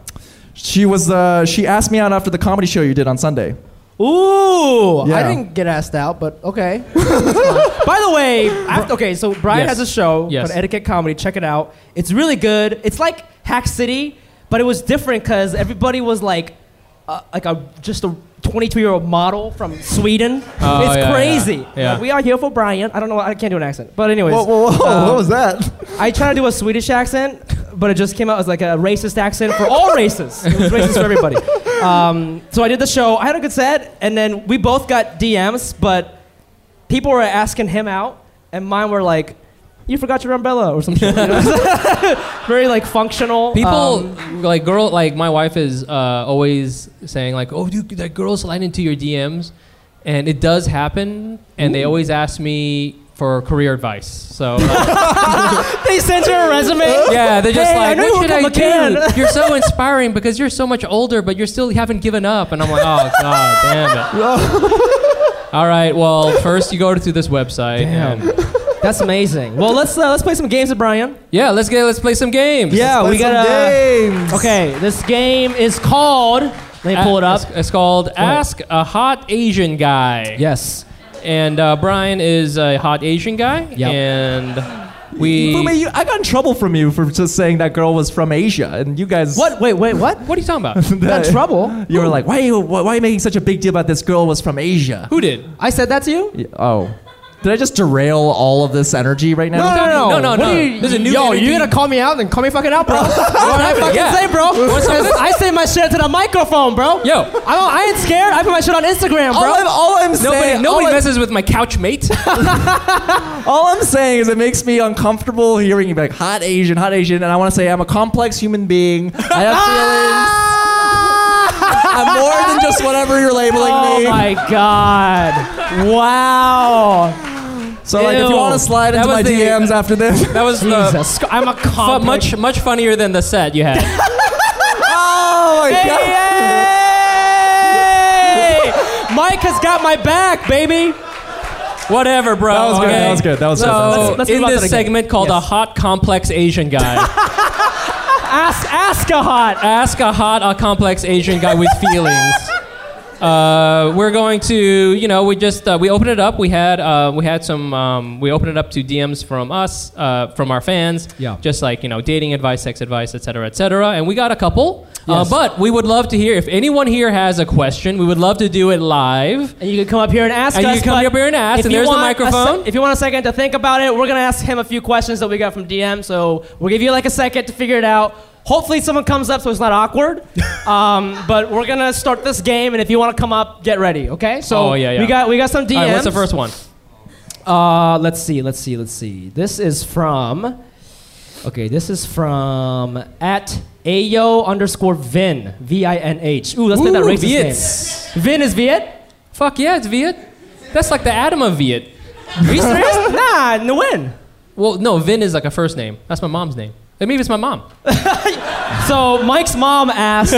She was. Uh, she asked me out after the comedy show you did on Sunday.
Ooh, I
Yeah.
didn't get asked out, but
<laughs>
okay. That's fine. By the way, after, okay, so Brian
Yes.
has a show
Yes.
called Etiquette Comedy. Check it out. It's really good. It's like Hack City, but it was different because everybody was like, uh, like a just a 22 year old model from Sweden.
Oh,
it's
yeah, yeah.
crazy.
Yeah.
Like, we are here for Brian. I don't know. I can't do an accent, but anyways,
Whoa, whoa, whoa!
um,
what was that?
I try to do a Swedish accent, but it just came out as like a racist accent for all races. It was racist for everybody. Um, so I did the show. I had a good set, and then we both got DMs, but people were asking him out, and mine were like, "You forgot your umbrella" or something. <laughs> Very like functional.
people
um,
like girl like my wife is uh, always saying like, oh, dude, that girl slide into your DMs, and it does happen, and they always ask me for career advice. So.
they sent her a resume.
Yeah, they're just
Hey, I
like,
know
what
you'll
should
come
I
again."
do? <laughs> You're so inspiring because you're so much older, but you still haven't given up. And I'm like, oh god,
<laughs>
damn it. All right, well, first you go to this website. And
That's amazing. Well, let's uh, let's play some games with Brian.
yeah, let's get let's play some games.
Yeah,
Let's
we
play some
got
games.
Okay, this game is called. Let me pull it up.
It's, it's called
ahead.
Ask a Hot Asian Guy.
Yes.
And uh, Brian is a hot Asian guy.
Yep.
And
Fumi,
we.
you, I got in trouble from you for just saying that girl was from Asia, and you guys.
What? Wait, wait, what?
What are you talking
<laughs>
about?
Got in trouble?
You were like, why are you, why are you making such a big deal about this girl was from Asia?
Who did?
I said that to you?
Yeah, Oh, did I just derail all of this energy right now?
no, no,
What
no.
are you-
There's a new
Yo,
energy.
you're gonna call me out, then call me fucking
<laughs>
out, bro. That's what I fucking
Yeah.
say, bro. <laughs> I say my shit to the microphone, bro.
Yo. Oh,
I, don't, I ain't scared. I put my shit on Instagram,
All
bro.
I'm, all I'm
Nobody,
saying,
oh,
nobody
all,
messes with my couch mate.
I'm, all I'm saying is it makes me uncomfortable hearing you be like hot Asian, hot Asian, and I want to say I'm a complex human being. I have
<laughs>
feelings. I'm more than just whatever you're labeling
<laughs> oh
me. <laughs>
my god. Wow.
So like, if
Ew.
you want to slide
That
into my
was the-
DMs after
<laughs>
this, <laughs>
That was the.
Jesus. I'm a
fu-
complex.
much much funnier than the set you had.
<laughs>
oh my
<laughs> Hey! Mike has got my back, baby.
Whatever, bro.
That was good,
okay?
that was good, that was
so,
good, that was good.
Let's
in
move on to
this
the game.
segment called
Yes.
a hot complex
<laughs>
Asian guy,
Ask, ask a hot.
ask a hot a complex Asian guy with feelings. Uh, we're going to, you know, we just uh, we opened it up. We had uh, we had some um, we opened it up to DMs from us uh, from our fans.
Yeah.
Just like you know, dating advice, sex advice, etc., cetera, etc. Cetera. And we got a couple.
Yes.
Uh, but we would love to hear if anyone here has a question. We would love to do it live.
And you can come up here and ask
And you
us.
can come
but
up here and ask,
if
and
you
there's the
want a
microphone.
sec- if you want a second to think about it, we're gonna ask him a few questions that we got from DM. So we'll give you like a second to figure it out. Hopefully, someone comes up so it's not
<laughs>
awkward. um, but we're gonna start this game, and if you want to come up, get ready. Okay? So
Oh, yeah, yeah.
we got we got some DMs.
All right, what's the first one?
Uh, let's see, let's see, let's see. This is from. Okay, this is from at ayo underscore vin v i n h. Ooh, let's play that
Ooh,
racist
Viet's.
name. Vin is Viet.
Fuck yeah, it's Viet. That's like the Adam of Viet.
Are you <laughs> serious? nah, no win.
Well, no, Vin is like a first name. That's my mom's name. Or Maybe it's my mom.
So Mike's mom <laughs> asked,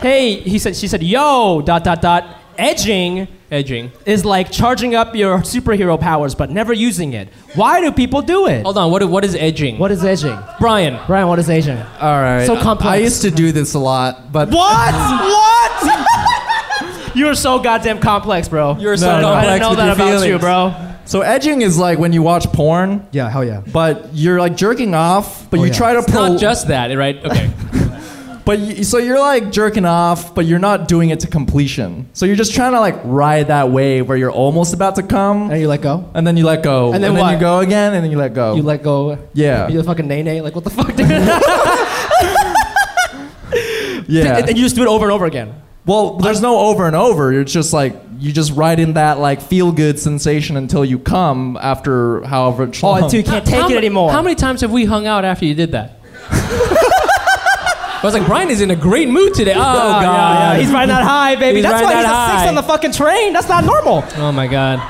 "Hey," he said. She said, "Yo, dot dot dot." Edging
Edging.
is like charging up your superhero powers but never using it. Why do people do it?
Hold on. What, what is edging?
What is edging?
Brian.
Brian, what is edging?
All right.
So complex.
I used to do this a lot, but
What? what? <laughs> You're so goddamn complex, bro.
You're so
No, no,
I
complex
didn't know
with
that
your
about
feelings.
you, bro.
so edging is like when you watch porn,
Yeah, hell yeah.
but you're like jerking off, but
Oh,
you
yeah.
try to
It's
pro-
Not just that, right?
<laughs>
Okay.
but you, so you're like jerking off, but you're not doing it to completion. So you're just trying to like ride that wave where you're almost about to come,
And you let go.
and then you let go,
And then what?
you go again, and then you let go.
You let go.
Yeah.
You're the fucking nay nay. Like what the fuck, dude?
yeah.
<laughs> and, and you just do it over and over again.
<laughs> well, there's no over and over. It's just like you just ride in that like feel good sensation until you come after however
Oh,
long.
until you can't take
How
it
ma-
anymore.
How many times have we hung out after you did that? <laughs> I was like, Brian is in a great mood today. Oh,
Oh,
God.
yeah, yeah. He's riding that high, baby.
He's
that's
riding
why he's
that
a six
high.
on the fucking train. That's not normal.
oh, my God.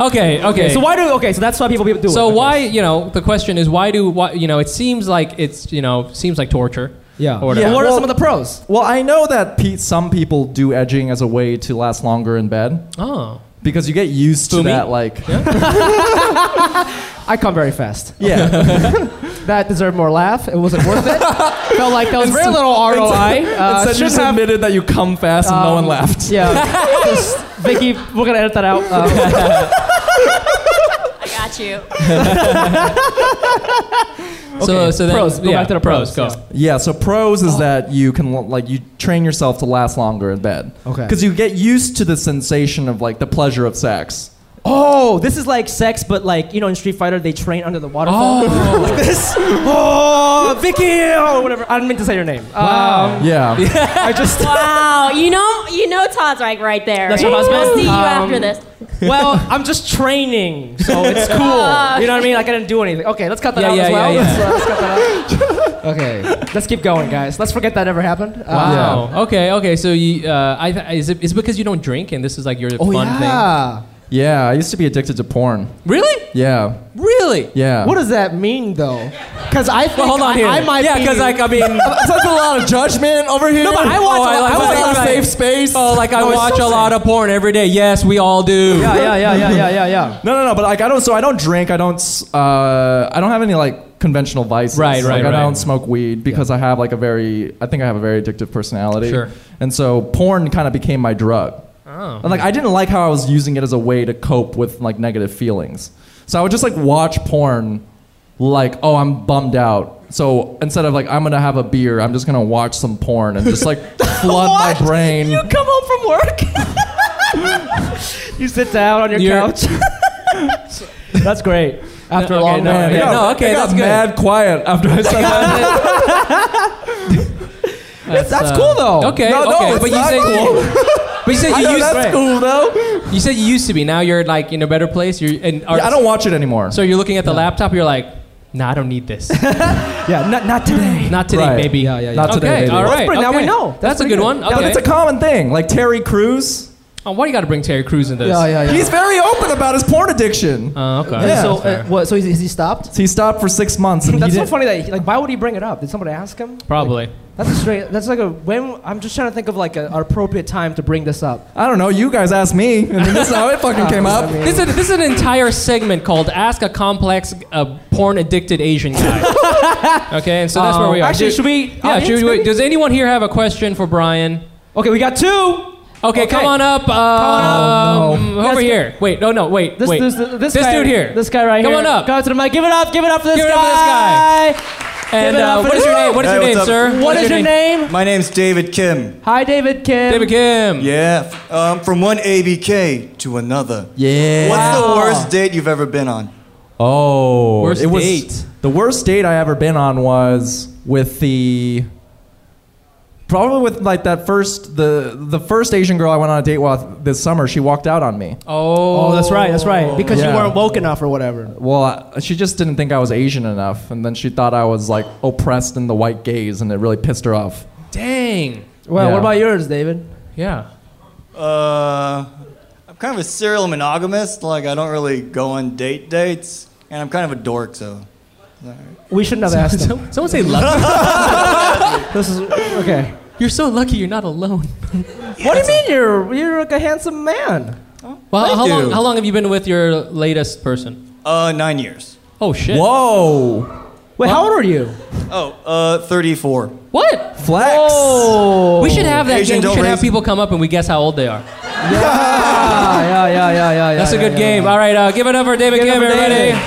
Okay, okay.
So why do? Okay, so that's why people people do it.
So
Okay.
why, you know, the question is why do, why, you know, it seems like it's, you know, seems like torture.
Yeah.
Or
yeah.
whatever.
What are
Well-
some of the pros?
Well, I know that pe- some people do edging as a way to last longer in bed
Oh.
because you get used to
Fumi?
that. Like, yeah,
I come very fast. <laughs> That deserved more laugh. It wasn't worth it. Felt like that was
<laughs>
very little ROI. Uh,
Instead, you
should have-
submitted that you come fast and no one
Um,
laughed.
Yeah. Just- Vicky, we're gonna edit that out. Um,
I got
<laughs>
you.
So, so then,
pros. Go
yeah,
back to the pros,
Go.
Yeah. So pros
Oh.
is that you can l- like you train yourself to last longer in bed.
Okay.
Because you get used to the sensation of like the pleasure of sex.
oh, this is like sex, but like you know, in Street Fighter, they train under the waterfall. <laughs> like this. Oh, Vicky, or whatever. I didn't mean to say your name. Um,
<laughs> Yeah.
<laughs> I just.
Wow, you know, you know, Todd's like right there.
That's
right?
your husband?
I'll see you
Um,
after this.
Well, I'm just training, so <laughs> it's cool. You know what I mean? Like I didn't do anything. Okay, let's cut that
Yeah,
out
yeah,
as well.
yeah, yeah.
Let's, uh, let's cut that out. <laughs> Okay, let's keep going, guys. Let's forget that ever happened. Uh,
Wow. Okay. Okay. So you, uh, I, is it is it because you don't drink and this is like your
Oh
fun
yeah.
yeah. I used to be addicted to porn.
thing? Really?
Yeah.
Really?
Yeah.
What does that mean though? Because I think
Well, hold on
I,
here.
I might
yeah,
be-
because like I mean,
So <laughs> that's a lot of judgment over here. <laughs> No,
but I watch
Oh, I
a-
like
I
what
watch
they
a lot of
say.
safe space.
oh, like I
No, it's
watch
so
a lot of porn every day. Yes, we all do.
Yeah, yeah, yeah, yeah, yeah, yeah, yeah.
No, no, no. But like, I don't. So I don't drink. I don't. s- Uh, I don't have any like conventional vices.
Right, right,
Like,
right.
I don't smoke weed because I have like a very. I think I have a very addictive personality.
Sure.
And so porn kind of became my drug.
Oh.
And like, I didn't like how I was using it as a way to cope with like negative feelings. So I would just like watch porn, like, oh, I'm bummed out. So instead of like, I'm gonna have a beer, I'm just gonna watch some porn and just
<laughs>
like flood my
<laughs> What?
brain.
You come home from work. <laughs> you sit down on your
You're-
couch. <laughs>
<laughs>
Oh, That's great. After a
okay,
long
no,
night.
okay.
It got-
No, okay,
it got
that's good.
mad quiet after I said that.
That's, cool though.
<laughs> uh, Okay.
No, no,
okay.
it's
but you
not
said
cool.
but you said
<laughs> I
you
know,
used
that's cool though.
you said you used to be. Now you're like in a better place. You're and are,
Yeah, I don't watch it anymore.
So you're looking at the laptop. You're like, nah, I don't need this.
Yeah, not, not today.
Not today,
Right.
baby.
Yeah, yeah, yeah.
Not
okay.
today, baby.
All
That's
right.
pretty- now we
okay.
know. That's
That's, a
pretty
good
good.
one.
Yeah,
But
Okay.
it's a common thing. Like Terry Crews,
oh, why you got to bring Terry Crews in this?
Yeah, yeah, yeah.
he's very open about his porn addiction.
Oh, okay.
Yeah.
so,
Fair.
uh, what, so is, is he stopped?
So he stopped for six months. And he
That's so
didn't-
funny that he, like why would he bring it up? Did somebody ask him?
Probably.
That's a straight. That's like a when. I'm just trying to think of like a, an appropriate time to bring this up.
I don't know. You guys asked me, and then this is how it fucking came up.
This is, this is an entire segment called "Ask a Complex uh, Porn Addicted Asian
<laughs>
Guy." okay, and so that's where we are.
Um, Actually,
Do-
should we?
yeah,
audience,
should we,
maybe?
does anyone here have a question for Brian?
Okay, we got two.
Okay,
Okay.
come on up. Um, Over
Let's Oh, go.
here. Wait, no, no, wait,
This,
wait.
this, this, guy,
dude here.
This guy right
Come
here.
on up.
Go to the mic. Give it up. Give it up for this
Give it up for this
guy.
guy. and
give it up
uh,
for
what is
the-
your name? What is
Hey,
your
what's
name,
up?
sir?
What is your name?
My name's David Kim.
Hi, David Kim.
David Kim.
Yeah, f- um, from one ABK to another.
Yeah.
What's the worst date you've ever been on?
Oh,
Worst
it was
date.
the worst date I ever been on was with the probably with like that first the the first Asian girl I went on a date with this summer. She walked out on me.
Oh,
Oh, that's right. That's right. Because you
Yeah.
weren't woke enough or whatever.
Well, I- she just didn't think I was Asian enough, and then she thought I was like oppressed in the white gaze, and it really pissed her off.
Dang.
Well,
Yeah.
what about yours, David?
Yeah. <laughs>
Uh, I'm kind of a serial monogamist. Like, I don't really go on date dates, and I'm kind of a dork, so.
We shouldn't have asked <laughs> him.
Someone say lucky.
This is okay.
you're so lucky you're not alone. <laughs>
What do you mean you're you're like a handsome man?
Well,
Thank
how long
you.
how long have you been with your latest person?
Uh, nine years.
Oh shit.
Whoa,
Wait, how old are you?
Oh, uh, 34.
What?
flex!
Oh,
We should have that game.
Asian
We
don't
should have
raise-
people come up and we guess how old they are.
yeah, yeah, yeah, yeah, yeah.
That's a
yeah,
good
yeah,
game. All right, uh, give it up for David
Give it
Kim,
up for
everybody.
David.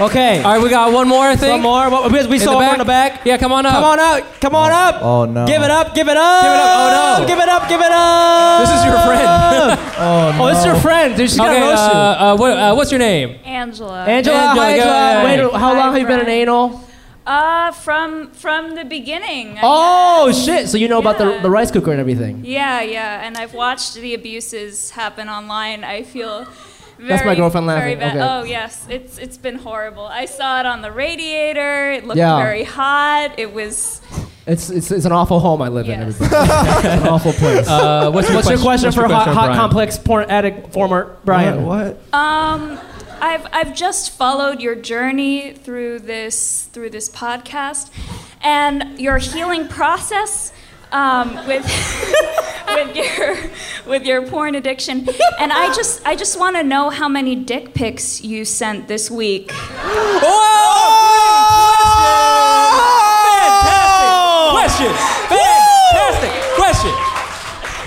Okay.
All right, we got one more thing.
One more. What- We, we
In
saw
the
one
back.
more in the back.
Yeah, come on up.
Come on up. Come on up.
Oh, no.
Give it up. Give it up.
Give it up. Oh, no.
Give it up. Give it up.
This is your
<laughs>
friend.
oh no. Oh, it's your friend. Dude, she's
Okay,
gonna
uh,
roast you.
uh, what, uh, what's your name?
Angela,
Angela.
Angela,
hi,
go
Angela. Wait,
ahead.
how
Hi,
long have you been an
Brian.
anal?
Uh, from from the beginning. I
Oh
guess.
shit! So you know about the,
Yeah.
the rice cooker and everything.
Yeah, yeah, and I've watched the abuses happen online. I feel. Very,
That's my girlfriend
very
laughing.
bad.
Okay.
Oh yes, it's it's been horrible. I saw it on the radiator. It looked
Yeah.
very hot. It was
It's it's, it's an awful home I live in.
yes.
Everybody. It's an awful place.
Uh, what's,
What's your question
what's
for
your
hot,
question,
hot
Brian?
complex porn addict former Brian?
What?
Um, I've I've just followed your journey through this through this podcast, and your healing process um, with <laughs> with your with your porn addiction. And I just I just want to know how many dick pics you sent this week. <laughs>
Fantastic question. Fantastic question.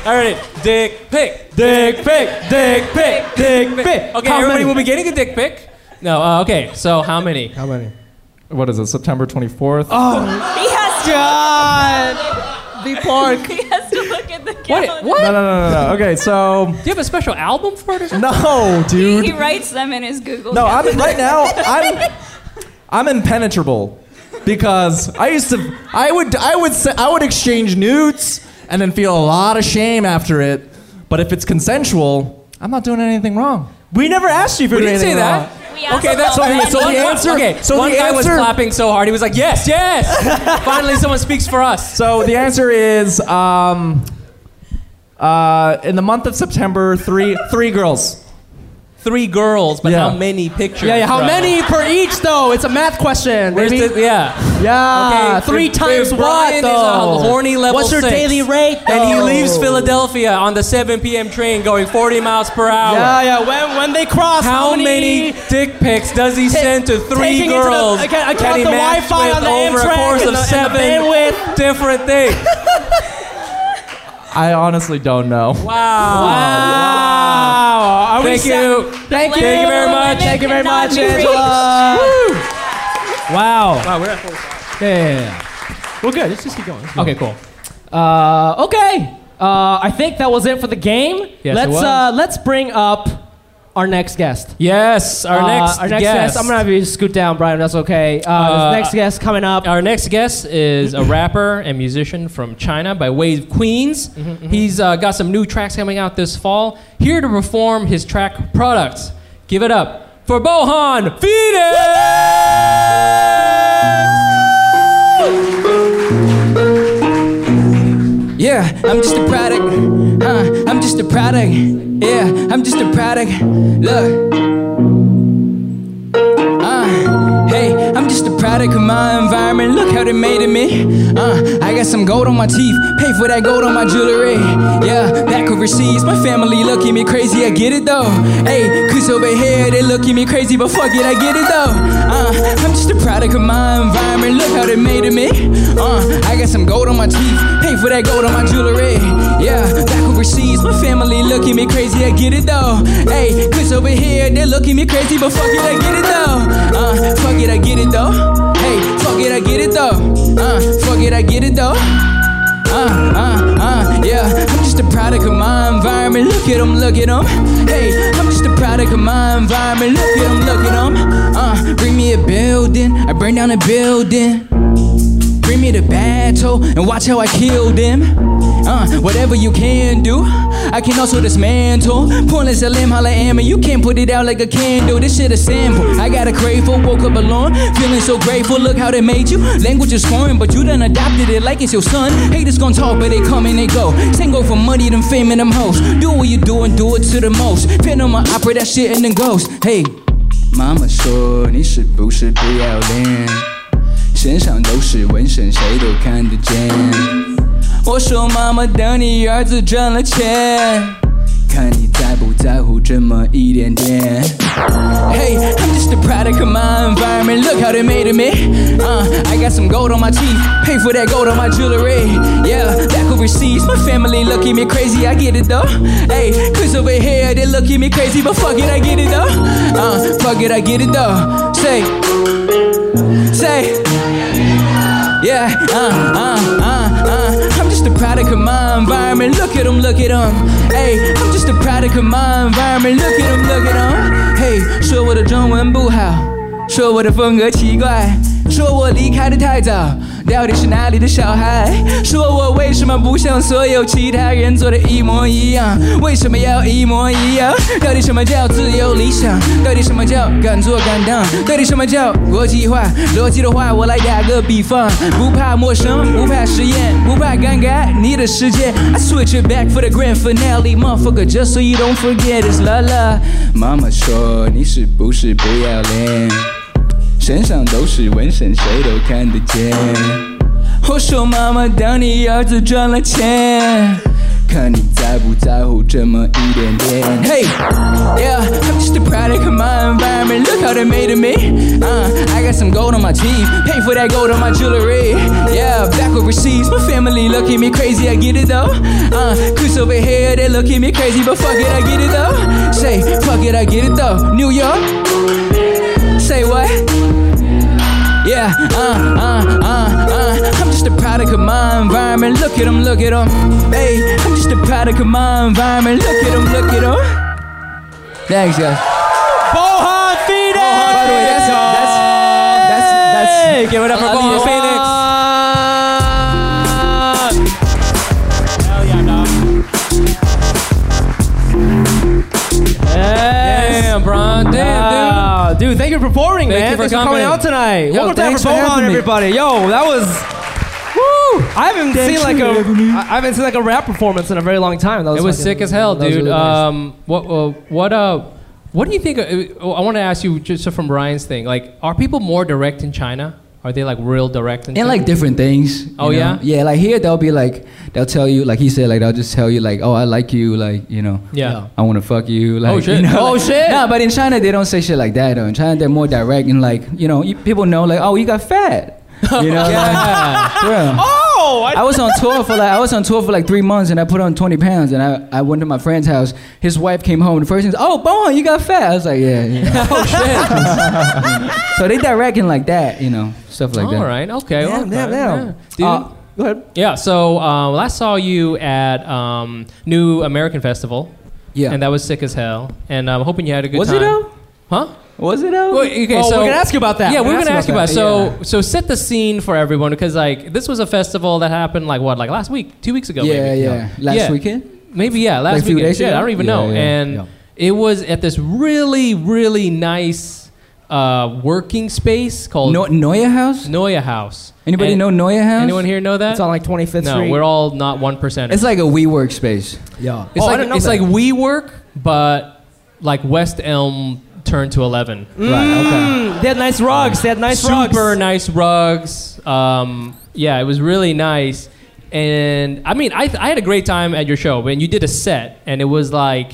All right, dick pic. Dick pic. Dick pic. Dick pic. Okay,
How
everybody
many?
will be getting a dick pic. No, uh, okay, so how many?
How many?
What is it? September twenty fourth.
Oh,
He has to,
God, the pork.
he has to look at the
What?
calendar.
what?
No, no, no, no, no. Okay, so
Do you have a special album for it or something?
<laughs>
no,
He,
dude.
he writes them in his Google.
No,
calendar.
I'm right now. I'm I'm impenetrable because I used to. I would I would se- I would exchange nudes and then feel a lot of shame after it. But if it's consensual, I'm not doing anything wrong.
We never asked you if you
We
were
didn't
doing
say
anything
that.
wrong.
We asked
Okay, that's
about
okay.
that.
So
One-
the
one-
answer. Okay, so
one
one guy was
answer-
clapping so hard, he was like, "Yes, yes!" Finally, someone speaks for us.
So the answer is um, uh, in the month of September, three three girls.
Three girls, but
Yeah.
how many pictures?
Yeah, yeah. How
bro?
many per each though? It's a math question.
Where's
baby.
the, yeah.
Yeah,
Okay,
three
if-
times
if
what
Brian
though?
is a horny level
What's your
six,
daily rate? Though?
And he leaves Philadelphia on the 7 p.m. train going 40 miles per hour.
Yeah, yeah. When when they cross,
How, many, dick pics does he send to three
taking into the-
girls
I can't- I
that
count
he
the
matched
Wi-Fi
with
on the
over a
Amtrak
course
and
of
the- and the
seven
bandwidth.
different things?
<laughs>
I honestly don't know.
Wow. Are we
Thank
set?
you.
Thank you.
Thank you very much.
Thank you very
Cannot
much,
be reached.
Angela. Wow.
Wow, we're at
Yeah, yeah, yeah. We're good. Let's just keep going.
Okay, cool.
Uh, okay. Uh, I think that was it for the game.
Yes, it
let's
was.
Uh, let's bring up our next guest.
Yes, our
Uh,
next
our next
guest.
guest. I'm gonna have you scoot down, Brian. That's okay. Uh,
Uh,
this next guest coming up.
Our next guest is a rapper and musician from China by way of Queens. He's uh, got some new tracks coming out this fall. Here to perform his track Products. Give it up for Bohan Phoenix!
Yeah, I'm just a product. Huh, I'm just a product. Yeah, I'm just a product. Look. Uh, hey, I'm just a product. product of my environment. Look how they made of me. Uh, I got some gold on my teeth. Pay for that gold on my jewelry. Yeah, back overseas, my family look at me crazy. I get it though. Hey, cause over here they look at me crazy, but fuck it, I get it though. Uh, I'm just a product of my environment. Look how they made of me. Uh, I got some gold on my teeth. Pay for that gold on my jewelry. Yeah, back overseas, my family look at me crazy. I get it though. Hey, cause over here they look at me crazy, but fuck it, I get it though. Uh, fuck it, I get it though. Hey, fuck it, I get it though. Uh, fuck it, I get it though uh, uh, uh, yeah. I'm just a product of my environment. Look at them, look at them. Hey, I'm just a product of my environment. Look at them, look at them. Uh, bring me a building, I burn down a building. Bring me the battle and watch how I kill them. Uh, whatever you can do, I can also dismantle. Pointless a limb, holla am, and you can't put it out like a candle. This shit is simple. I got a crave for, woke up alone, feeling so grateful. Look how they made you. Language is foreign, but you done adopted it like it's your son. Haters gon' talk, but they come and they go. Single for money, them fame and them hoes. Do what you do and do it to the most. Pin on my opera, that shit and then goes. Hey, mama 说你是不是不要脸？身上都是纹身，谁都看得见。我说妈妈，等你儿子赚了钱，看你在不在乎这么一点点。Hey, I'm just a product of my environment. Look how they made of me. Uh, I got some gold on my teeth. Pay for that gold on my jewelry. Yeah, back overseas, my family look at me crazy. I get it though. Hey, cause over here they look at me crazy, but fuck it, I get it though. Uh, fuck it, I get it though. Say, say. Yeah, uh, uh, uh, uh. I'm just a product of my environment. Look at them, look at them. Hey, I'm just a product of my environment. Look at them, look at them. Hey, 说我的中文不好，说我的风格奇怪，说我离开的太早，到底是哪里的小孩？说我为什么不像所有其他人做的一模一样？为什么要一模一样？到底什么叫自由理想？到底什么叫敢做敢当？到底什么叫国际化？逻辑的话，我来打个比方，不怕陌生，不怕实验，不怕尴尬，你的世界。I switch it back for the grand finale, motherfucker, just so you don't forget it's la la。妈妈说你是不是不要脸？身上都是纹身，谁都看得见。我说妈妈，当你儿子赚了钱，看你在不在乎这么一点点。Hey, yeah, I'm just a product of my environment. Look how they made of me. Uh, I got some gold on my teeth, pay for that gold on my jewelry. Yeah, back overseas, my family look at me crazy. I get it though. Uh, cause over here they look at me crazy, but fuck it, I get it though. Say, fuck it, I get it though. New York, say what? Yeah, uh, uh, uh, uh. I'm just a product of my environment. Look at them, look at them. Hey, I'm just a product of my environment. Look at them, look at them. Thanks, guys.
Bohan Phoenix!
By the way, that's, that's, that's, that's,
Hey, give it up for
I love
Bohan
you.
Phoenix! Yes.
Damn, Bron. Damn,
Wow. Ah, Dude, thank you for performing,
Thank
man.
you for
thanks for coming
coming.
out tonight.
Yo,
One more time
thanks
for
for having
Bohan,
me.
everybody. Yo, that was. Woo! I haven't
Thanks
seen like
for
a
having me.
I I haven't seen like a rap performance in a very long time. That was
dude. It was
fucking-
sick as hell,
that was
dude.
really nice.
um, what, uh, what, uh, what do you think? uh, Uh, I want to ask you just from Ryan's thing. Like, are people more direct in China? Are they like real direct in
And
China?
like different things. you
Oh, yeah?
know? Yeah, like here they'll be like, they'll tell you, like he said, like they'll just tell you, like, oh, I like you, like, you know.
yeah.
I want to fuck you. Like,
Oh, shit.
You
Oh,
like-
shit.
Nah, but in China they don't say shit like that. Though in China they're more direct and like you know you, people know like oh you got fat. You
<laughs>
know.
Yeah.
Like, bro.
Oh, I,
I was on tour for like I was on tour for like three months and I put on 20 pounds and I, I went to my friend's house. His wife came home. The first thing is, oh, Bon, you got fat. I was like, yeah. you know.
<laughs> oh shit.
<laughs> so they directing like that, you know, stuff like that.
All right. Okay.
damn,
okay,
damn, damn.
yeah. Dude,
Uh,
go ahead.
Yeah, so uh, last saw you at um, New American Festival.
Yeah.
And that was sick as hell. And I'm hoping you had a good
Was
time.
it though?
Huh?
Was it though?
Well, okay,
oh,
so-
we're gonna ask you about that.
Yeah, we
We're
were gonna ask you about.
that.
So, so set the scene for everyone because like this was a festival that happened like what, like last week, two weeks ago.
yeah,
maybe.
yeah. Last weekend.
Maybe yeah, last
Like, few
weekend.
days
Shit,
ago?
I don't even
Yeah,
know.
yeah,
and
yeah.
it was at this really, really nice uh, working space called
No, Noya House.
Noya House.
Anybody
And-
know Noya House?
Anyone here know that?
It's on like 25th
no,
Street.
we're all not one percent.
It's like a WeWork space.
yeah.
It's
oh, I
like
didn't know
it's
that.
like WeWork, but like West Elm turned to 11.
Mm.
Right. Okay.
Mm, They had nice rugs. They had nice rugs.
Ah. Super nice rugs. Um, yeah, it was really nice. And I mean, I, I had a great time at your show. And you did a set, and it was like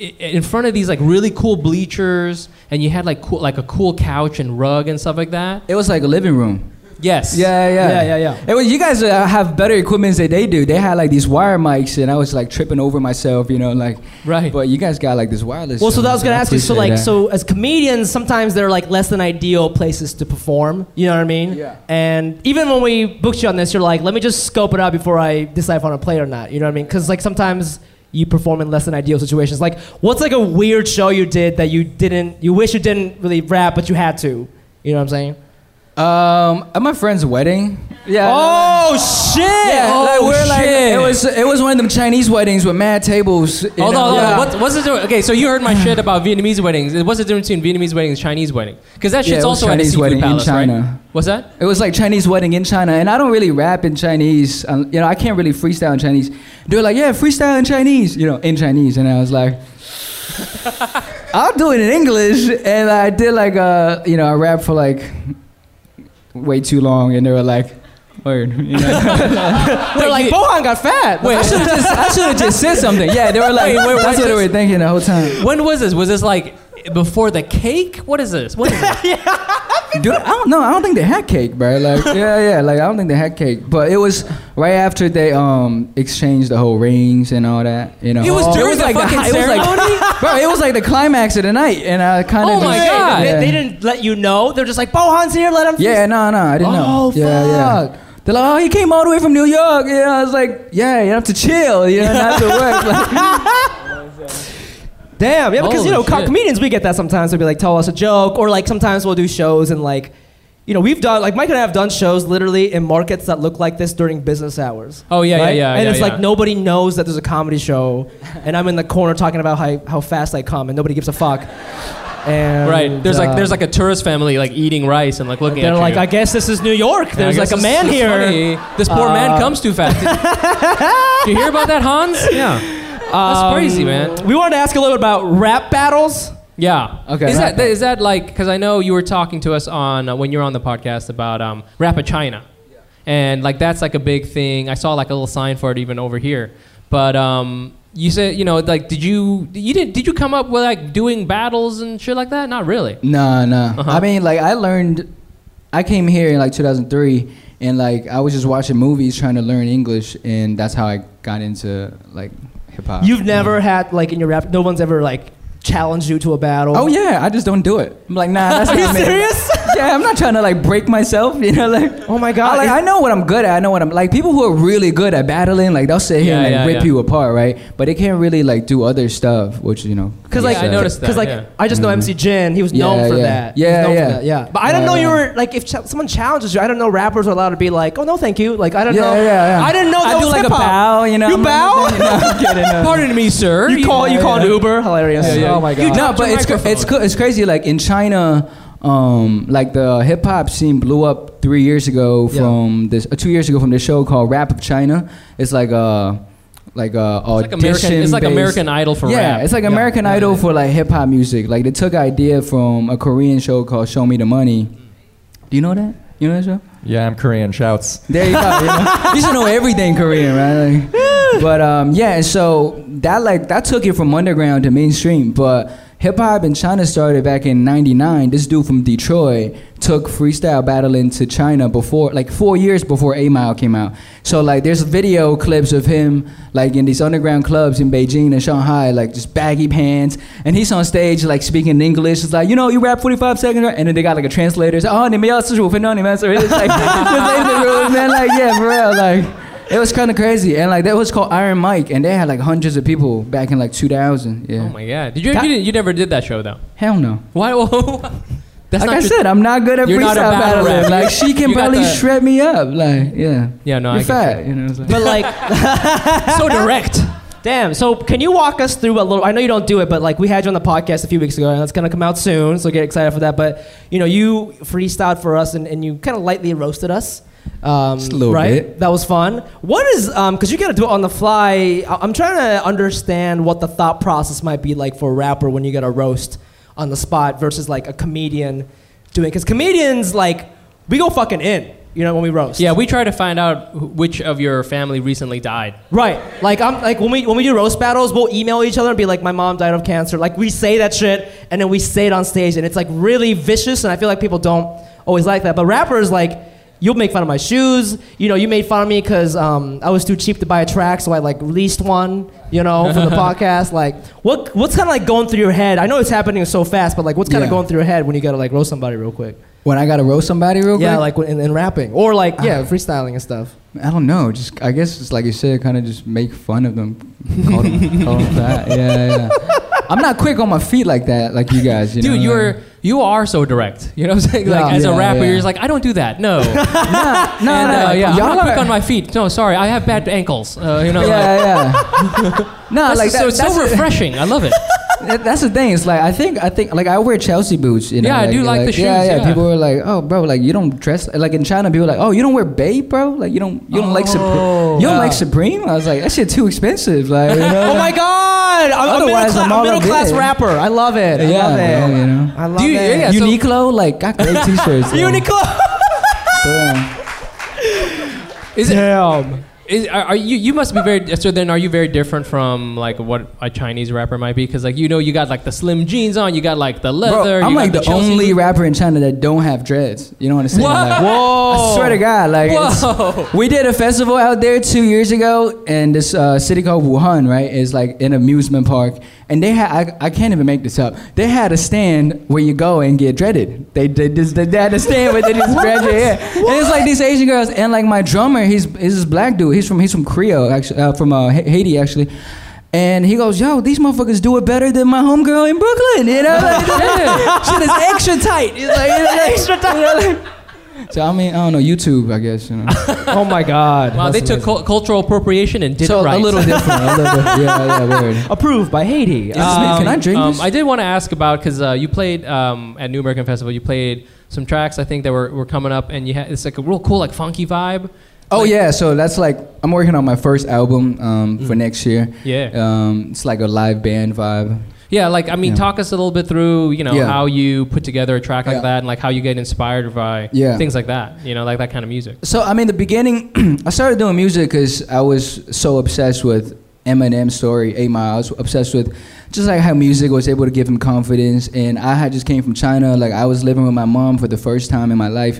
i- in front of these like really cool bleachers, and you had like cool like a cool couch and rug and stuff like that.
It was like a living room.
Yes.
Yeah, yeah,
Yeah, yeah, yeah.
It was you guys uh, have better equipment than they do. They had like these wire mics, and I was like tripping over myself, you know, like.
Right.
But you guys got like this wireless.
Well, so that
I
was gonna ask you. So,
appreciate
like,
that.
so as comedians, sometimes they're like less than ideal places to perform. You know what I mean?
Yeah.
And even when we booked you on this, you're like, let me just scope it out before I decide if I want to play or not. You know what I mean? Because like sometimes you perform in less than ideal situations. Like, what's like a weird show you did that you didn't, you wish you didn't really rap, but you had to. You know what I'm saying?
Um, at my friend's wedding. Yeah.
Oh shit!
Yeah, like we're like
Oh, shit.
it was it was one of them Chinese weddings with mad tables. you
Hold
know?
on, hold on.
Yeah.
What, what's the difference? Okay, so you heard my shit about Vietnamese weddings. What's the difference between Vietnamese weddings and Chinese weddings? Because that
Yeah,
shit's
it was
also at a
Chinese
seafood
wedding in
palace, right?
China.
What's that?
It was like Chinese wedding in China, and I don't really rap in Chinese. Um, you know, I can't really freestyle in Chinese. They're like, yeah, freestyle in Chinese, you know, in Chinese, and I was like, <laughs> I'll do it in English, and I did like a, you know, I rap for like way too long, and they were like, word. You know?
<laughs>
<laughs>
They're like, Bohan got fat.
I should have just, I should have just said something. Yeah, they were like,
Wait, wait, wait,
that's what they were thinking the whole time.
When was this? Was this like before the cake? What is this? What is
<laughs>
this?
Dude, I don't know. I don't think they had cake, bro.
<laughs>
Like, yeah, yeah. Like, I don't think they had cake, but it was right after they um exchanged the whole rings and all that. You know,
It was during the fucking
hi- <laughs> It was like, bro, it was like the climax of the night, and I kind of.
Oh my
just,
God.
They,
Yeah.
they didn't let you know. They're just like, Bohan's here. Let him.
Yeah, no, no, I didn't know.
Oh,
yeah, yeah. They're like, oh, he came all the way from New York. Yeah, I was like, yeah, you have to chill. You know, not
<laughs>
to work. Like,
Damn, yeah, because you
Holy
know, co-
shit.
comedians we get that sometimes. They'll be like, tell us a joke, or like sometimes we'll do shows and like, you know, we've done like Mike and I have done shows literally in markets that look like this during business hours.
Oh, yeah, yeah, yeah,
And
yeah,
it's
yeah.
like nobody knows that there's a comedy show, and I'm in the corner talking about how, how fast I come, and nobody gives a
<laughs>
fuck. And
Right. There's like there's
uh,
like a tourist family like eating rice and like looking
they're
at
like,
you.
I guess this is New York.
Yeah, I
There's
guess
like a
this-
man
this is
here. Uh,
funny. This poor man comes
<laughs>
too fast. Do you hear about that, Hans? Yeah. That's
Um,
crazy, man.
We wanted to ask a little bit about rap battles.
Yeah.
Okay.
Is that is that like because I know you were talking to us on uh, when you were on the podcast about um, Rappa China, and like that's like a big thing. I saw like a little sign for it even over here. But um, you said you know like did you you did did you come up with like doing battles and shit like that? Not really.
No, no.
Uh-huh.
I mean, like I learned, I came here in like 2003, and like I was just watching movies trying to learn English, and that's how I got into like hip hop.
You've never had like in your rap. No one's ever like challenged you to a battle.
Oh yeah, I just don't do it. I'm like, nah,
<laughs>
that's
Are you
not me.
serious?
<laughs> yeah, I'm not trying to like break myself, <laughs> you know, like.
Oh my
I,
god.
like, I know what I'm good at. I know what I'm like. People who are really good at battling, like they'll sit here and
Yeah,
like
yeah,
rip
yeah.
you apart, right? But they can't really like do other stuff, which you know.
Because
kinda
like
Yeah, I
sucks.
noticed that,
Because like
yeah.
I just know MC Jin, he was known
Mm-hmm. Yeah,
for
yeah.
that. He was
Yeah,
known for
yeah.
that, yeah. But I didn't
Yeah,
know you
yeah.
were like if ch- someone challenges you, I don't know rappers are allowed to be like, oh no, thank you. Like I don't
Yeah,
know.
yeah, yeah.
I didn't know that
I do
was
like a
hip-hop.
bow, you know.
You
I'm-
bow?
<laughs> No, I'm kidding, no.
Pardon me, sir.
You call you
yeah,
call an
yeah.
Uber, hilarious.
Yeah, yeah.
Oh my god.
You
no,
dropped
but
your
it's cr-
microphone.
it's cr- it's crazy. Like in China, um, like the hip hop scene blew up three years ago
Yeah.
from this, uh, two years ago from this show called Rap of China. It's like a like a
It's like
audition.
American. It's like
based-
American Idol for
yeah,
rap.
it's like American Idol for like hip hop music. Like they took idea from a Korean show called Show Me the Money. Do you know that? You know that show?
Yeah, I'm Korean. Shouts.
There you go. You, know? You should know everything Korean, right? Like, but um, yeah, and so that like that took it from underground to mainstream. But hip hop in China started back in '99. This dude from Detroit took freestyle battling to China before, like four years before A Mile came out. So like, there's video clips of him like in these underground clubs in Beijing and Shanghai, like just baggy pants, and he's on stage like speaking English. It's like you know, you rap 45 seconds, right? and then they got like a translator. It's like, oh, 你们要四十五分钟，你们要四十-" It's like, <laughs> just in the room, man. Like yeah, for real, like. It was kind of crazy, and like that was called Iron Mike, and they had like hundreds of people back in like 2000. Yeah,
Oh my god. Did you?
That-
you, didn't, you never did that show though.
hell no.
Why? <laughs> That's
like
not
I
your-
said, I'm not good at
You're
freestyle
not a battle
battling.
rap.
Like she can
You got
barely
the-
shred me up. Like yeah,
Yeah, no,
you're
I get
fat. You know, it's like,
But
<laughs>
like
so direct.
Damn. So can you walk us through a little? I know you don't do it, but like we had you on the podcast a few weeks ago, and it's gonna come out soon. So get excited for that. But you know, you freestyled for us, and, and you kind of lightly roasted us. Um,
Just a little
right?
bit.
That was fun. What is um? Because you gotta do it on the fly. I- I'm trying to understand what the thought process might be like for a rapper when you gotta roast on the spot versus like a comedian doing because comedians like we go fucking in, you know, when we roast.
Yeah, we try to find out wh- which of your family recently died.
Right. Like I'm like when we when we do roast battles, we'll email each other and be like, My mom died of cancer. Like we say that shit and then we say it on stage and it's like really vicious and I feel like people don't always like that. But rappers like you'll make fun of my shoes. You know, you made fun of me because um, I was too cheap to buy a track, so I like released one, you know, <laughs> for the podcast. Like what what's kinda like going through your head? I know it's happening so fast, but like what's kinda
Yeah.
going through your head when you gotta like roast somebody real quick?
When I gotta roast somebody real
Yeah,
quick,
like in, in rapping. Or like yeah, freestyling and stuff.
I don't know. Just I guess it's like you said, kind of just make fun of them, <laughs> call them, call them fat. Yeah, yeah. I'm not quick on my feet like that, like you guys. You
Dude,
know?
you're you are so direct. You know what I'm saying? Like
Yeah.
as a
Yeah,
rapper,
yeah.
you're just like, I don't do that.
<laughs>
No. no, <laughs>
no, no,
uh, yeah, I'm
y'all
not
are-
quick on my feet. No, sorry, I have bad ankles. Uh, you know, like,
Yeah,
<laughs>
yeah. no,
that's
like
so,
that,
it's
that's
so refreshing. I
<laughs>
love it.
That- That's the thing. It's like I think I think like I wear Chelsea boots. You know,
Yeah, I do like the shoes,
Yeah, yeah,
yeah.
People are like, oh, bro, like you don't dress like in China. People are like, oh, you don't wear Babe, bro. Like you don't you don't like Supreme. You don't like Supreme. I was like, that shit too expensive. Like, you know?
Oh my god! I'm a middle
Otherwise,
class,
I'm
I'm a
all
middle
good.
class rapper. I love it. I
Yeah,
love it.
man, you know.
I love
Do you-
it.
yeah, so-
Uniqlo, like got <laughs> great t-shirts. bro.
Uniqlo.
Damn.
Is it?
Damn.
Is, are, are you you must be very so then are you very different from like what a Chinese rapper might be because like you know you got like the slim jeans on you got like the
Bro,
leather
I'm
you got
like the,
Chelsea-
only rapper in China that don't have dreads. You know what I'm saying?
Whoa.
Like, I swear to God, like it's-
Whoa.
<laughs> we did a festival out there two years ago, and this uh, city called Wuhan, right, is like an amusement park, and they had I, I can't even make this up. They had a stand where you go and get dreaded. They they, just, they had a stand where they <laughs> just dread your hair, and it's like these Asian girls, and like my drummer, he's he's this black dude. He's from he's from Creole actually, uh, from uh, Ha- Haiti actually. And he goes, yo, these motherfuckers do it better than my homegirl in Brooklyn, you know? <laughs> Like, shit is extra tight. It's like, it's extra tight. <laughs> So I mean, I don't know YouTube, I guess you know.
<laughs> Oh my god.
wow they
That's
took
amazing.
cul- cultural appropriation and did
so
it right
a little different. A little
<laughs>
different. Yeah, yeah, weird.
approved by Haiti.
Is this me? Can I drink
um,
this?
I did want to ask about because uh, you played um, at New American Festival. You played some tracks I think that were, were coming up, and you had it's like a real cool like funky vibe.
oh yeah, so that's like I'm working on my first album um, for next year.
Mm. Yeah.
Um, it's like a live band vibe.
Yeah, like I mean,
Yeah.
talk us a little bit through you know
Yeah.
how you put together a track like
Yeah.
that, and like how you get inspired by
Yeah.
things like that. You know, like that kind of music.
So I mean, the beginning, <clears throat> I started doing music because I was so obsessed with Eminem's story, Eight Mile. I was obsessed with just like how music was able to give him confidence. And I had just came from China. Like I was living with my mom for the first time in my life,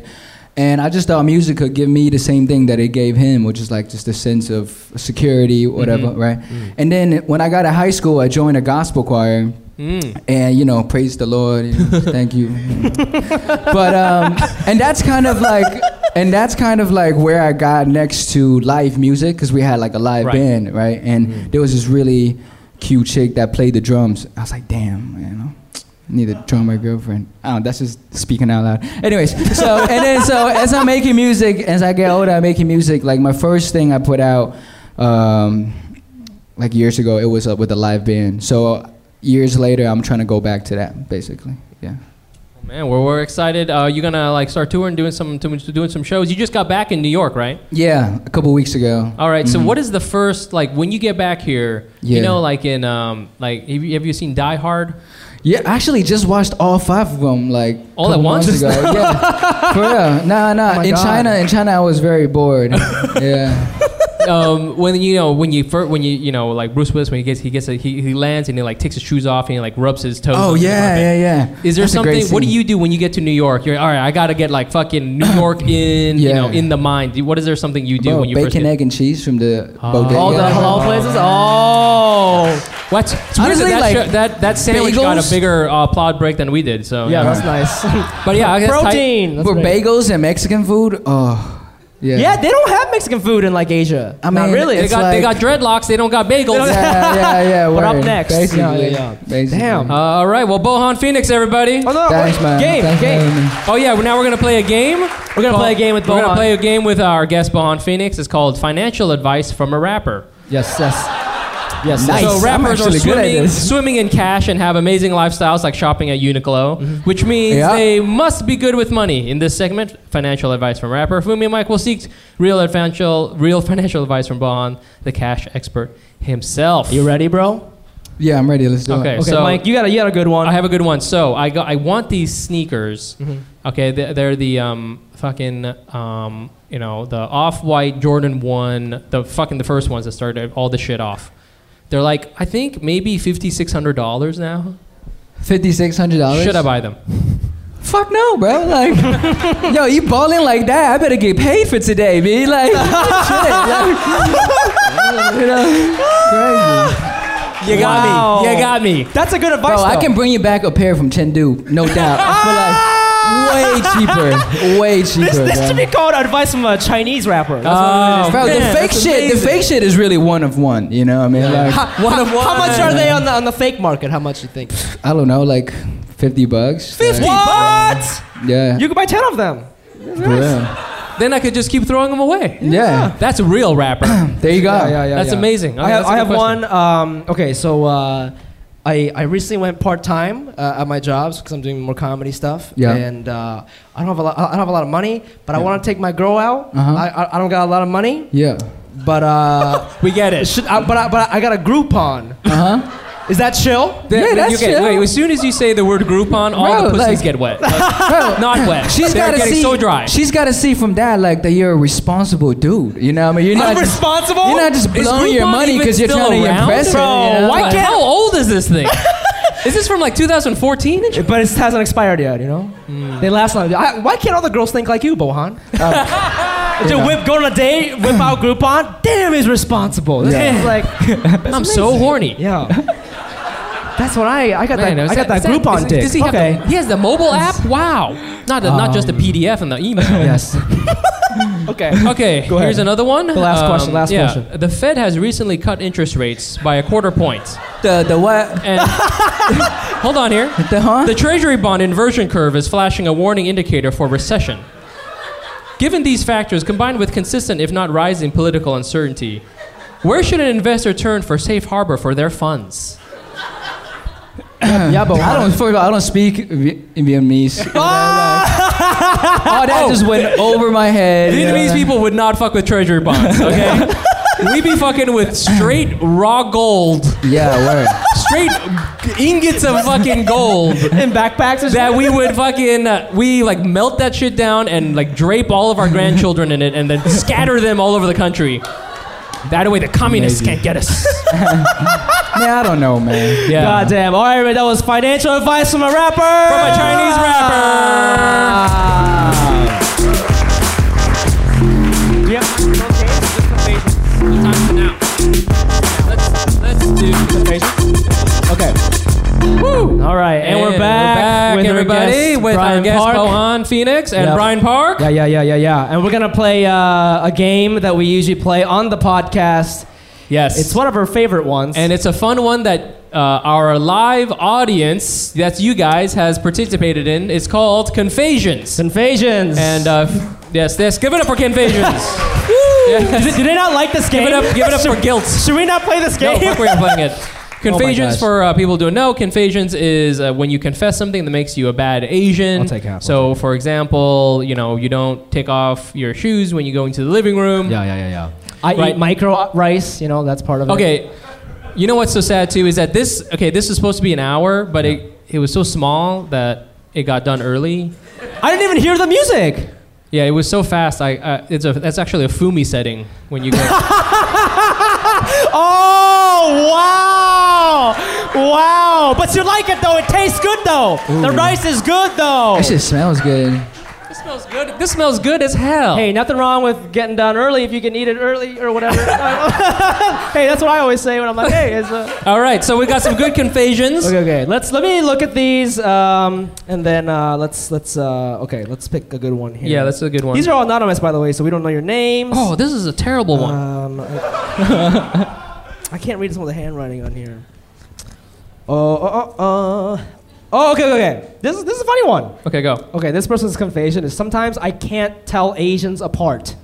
and I just thought music could give me the same thing that it gave him, which is like just a sense of security, whatever, right? And then when I got to high school, I joined a gospel choir
Mm.
and you know praise the lord you know, thank you but um and that's kind of like and that's kind of like where i got next to live music because we had like a live
Right.
band right and there was this really cute chick that played the drums i was like damn you know Need a drummer girlfriend. I don't. know, That's just speaking out loud. Anyways, so and then so as I'm making music, as I get older, I'm making music. Like my first thing I put out, um, like years ago, it was uh, with a live band. So years later, I'm trying to go back to that, basically. Yeah.
Man, we're, we're excited. Uh, you're gonna like start touring, doing some doing some shows. You just got back in New York, right?
Yeah, a couple weeks ago.
All right, So what is the first like when you get back here? You
Mm-hmm. Yeah.
know, like in um like have you, have you seen Die Hard?
Yeah, I actually just watched all five of them like
All
couple
at once?
months Ago. yeah, for real. Nah, nah. in China, in China, I was very bored. yeah.
um, when you know when you fir- when you you know like Bruce Willis when he gets he gets a, he, he lands and he like takes his shoes off and he like rubs his toes. on
Oh
the
yeah,
carpet.
yeah, yeah.
Is there
That's a great
something? What do
scene.
you do when you get to New York? You're all right. I gotta get like fucking
<coughs>
New York in you
Yeah.
know in the mind. Do- What is there something you do
Bro,
when you first
bacon,
get?
egg, and cheese from the
Oh.
bodega.
All the halal places. Oh.
What? It's weird that,
Honestly,
that,
like,
show- that that sandwich got a
bagels-
bigger uh, applaud break than we did. So
Yeah, that's
<laughs>
nice.
but yeah, I
<laughs>
guess
Protein. That's
For
great.
bagels and Mexican food, oh, yeah.
Yeah, they don't have Mexican food in like Asia.
I
Not
mean,
really.
They, they
It's
got they got
like-
dreadlocks. They don't got bagels.
yeah, yeah, yeah.
But up
word.
next.
Basically,
Yeah, yeah, yeah.
basically.
Damn.
Uh, all right. Well, Bohan Phoenix, everybody.
Oh, no,
Thanks,
wait,
man.
Game,
Thanks for
game.
having me.
Oh yeah, well, now we're gonna play a game. We're
gonna play a game with
We're gonna
Bohan.
play a game with our guest Bohan Phoenix. It's called Financial Advice from a Rapper.
Yes, yes. Yes,
Nice.
yes.
So
I'm
rappers are
actually good at
swimming,
this.
swimming in cash and have amazing lifestyles like shopping at Uniqlo, which means
Yeah.
they must be good with money. In this segment, financial advice from rapper Fumi and Mike will seek real <laughs> financial real financial advice from Bohan, the cash expert himself.
You ready, bro?
Yeah, I'm ready. Let's do
Okay,
it.
Okay,
so
Mike, you got a you got a good one.
I have a good one. So I go. I want these sneakers. Okay, they're, they're the um, fucking um, you know the off-white Jordan one, the fucking the first ones that started all the shit off. They're like I think maybe fifty six hundred dollars now.
Fifty six hundred dollars.
Should I buy them?
Fuck no, bro.
<laughs>
Like, yo, you balling like that? I better get paid for today, B.
<laughs>
Like, shit. Like, you know, crazy.
You got me. You got me.
That's a good advice.
Bro, I
though. Ah!
can bring you back a pair from Chengdu,
<laughs>
no doubt. I feel like way cheaper, way cheaper.
This, this
bro.
should be called advice from a Chinese rapper. That's
Oh,
Bro, the fake shit, the fake shit is really one of one. You know, what I mean, like,
what, how, how much are they on the on the fake market? How much you think?
I don't know, like fifty bucks.
Fifty.
Like,
What?
yeah.
You can buy ten of them.
for real.
Then I could just keep throwing them away.
Yeah.
That's a real
<clears throat>
rapper.
There you go.
That's amazing. Okay,
I have,
that's
I
a good
have
question.
one. Um, okay, so uh, I, I recently went part time uh, at my jobs because I'm doing more comedy stuff.
Yeah.
And uh, I don't have a lot. I don't have a lot of money, but I want to take my girl out.
Uh-huh.
I, I I don't got a lot of money,
Yeah.
but uh, <laughs>
We get it.
should I, but I, but I got a Groupon.
Uh huh.
Is that chill?
Yeah,
Then
that's
you get,
chill.
Wait, as soon as you say the word Groupon, all
Bro,
the pussies
like-
get wet.
<laughs> Bro,
Not wet.
She's
They're
got to
getting
see.
so dry.
She's got to see from that like that you're a responsible dude. You know, what I mean, you're not
I'm
just,
responsible.
You're not just
Is
blowing your
Groupon
money
even
because you're
still
trying to
around?
impress
Bro,
her. You know?
why
Like,
can't- How old is this
<laughs>
thing? is this from like 2014?
but it hasn't expired yet, you know?
Hmm.
They last long. I, why can't all the girls think like you, Bohan? Just whip, go on a date, whip out Groupon. Damn, he's responsible. This
Yeah.
is like,
I'm so horny.
yeah. <laughs> That's what I, I got
Man,
that,
is
I got that,
is
Groupon
is-
dick.
Does he, have
okay. Um,
the, he has the mobile app? Wow. Not, the, not just the PDF and
<laughs>
the email.
Yes.
okay.
Okay,
Go ahead.
here's another one. The
last question, last
yeah.
question.
The Fed has recently cut interest rates by a quarter point.
The the what?
<laughs>
And <laughs> hold on here.
The huh?
The Treasury bond inversion curve is flashing a warning indicator for recession. Given these factors, combined with consistent, if not rising, political uncertainty, where should an investor turn for safe harbor for their funds?
yeah, but I don't. First of all, I don't speak Vi- Vietnamese. You know, like, all that just went over my head. you know,
Vietnamese
like-
people would not fuck with treasury bonds, okay? we be fucking with straight raw gold,
Yeah, word.
straight ingots of fucking gold
In backpacks and
that we would fucking uh, we like melt that shit down and like drape all of our grandchildren in it and then scatter them all over the country. That way the communists can't
<laughs>
get us.
Man, I don't know, man.
Yeah.
God damn. All right, everybody, that was financial advice from a rapper. From
a Chinese
Ah.
rapper.
Yep.
Okay.
All right, and, we're back, with
with
our
everybody
guest,
with
Brian
our guest
Park.
Bohan Phoenix and
Yep.
Brian Park.
Yeah, yeah, yeah, yeah, yeah. And we're gonna play uh, a game that we usually play on the podcast.
Yes.
It's one of our favorite ones.
and it's a fun one that uh, our live audience, that's you guys, has participated in. It's called Confessions.
Invasions.
And uh, yes, yes, give it up for Confessions.
<laughs> do, do they not like this game?
Give it up, give it up
Should-
for
<laughs>
guilt.
Should we not play this
No,
game?
fuck, we're
<laughs> Oh
playing it. Confessions
gosh.
for uh, people who don't know. Confessions is uh, when you confess something that makes you a bad Asian.
I'll take half, I'll
so, for example, you know you don't take off your shoes when you go into the living room.
yeah, yeah, yeah.
I
Right.
eat micro rice. You know that's part of it.
Okay. You know what's so sad too is that this. Okay, this is supposed to be an hour, but it it was so small that it got done early.
I didn't even hear the music.
Yeah, it was so fast. I uh, it's a that's actually a Fumi setting when you
<laughs>
go.
Oh wow, wow! But you like it though. It tastes good though. The
Ooh.
rice is good though.
That shit smells good.
this smells good. This smells good as hell.
Hey, nothing wrong with getting done early if you can eat it early or <laughs> whatever. hey, that's what I always say when I'm like, hey, it's uh, a...
All right, so we got some good
<laughs>
confessions.
okay, okay. Let's let me look at these, um, and then uh, let's let's uh, okay, let's pick a good one here.
Yeah, that's a good one.
These are all anonymous, by the way, so we don't know your names.
Oh, this is a terrible one. <laughs>
Um, I, I can't read some of the handwriting on here. Oh, oh, oh, oh. Oh, okay, okay, okay. This is this is a funny one.
Okay, go.
Okay, this person's confession is sometimes I can't tell Asians apart.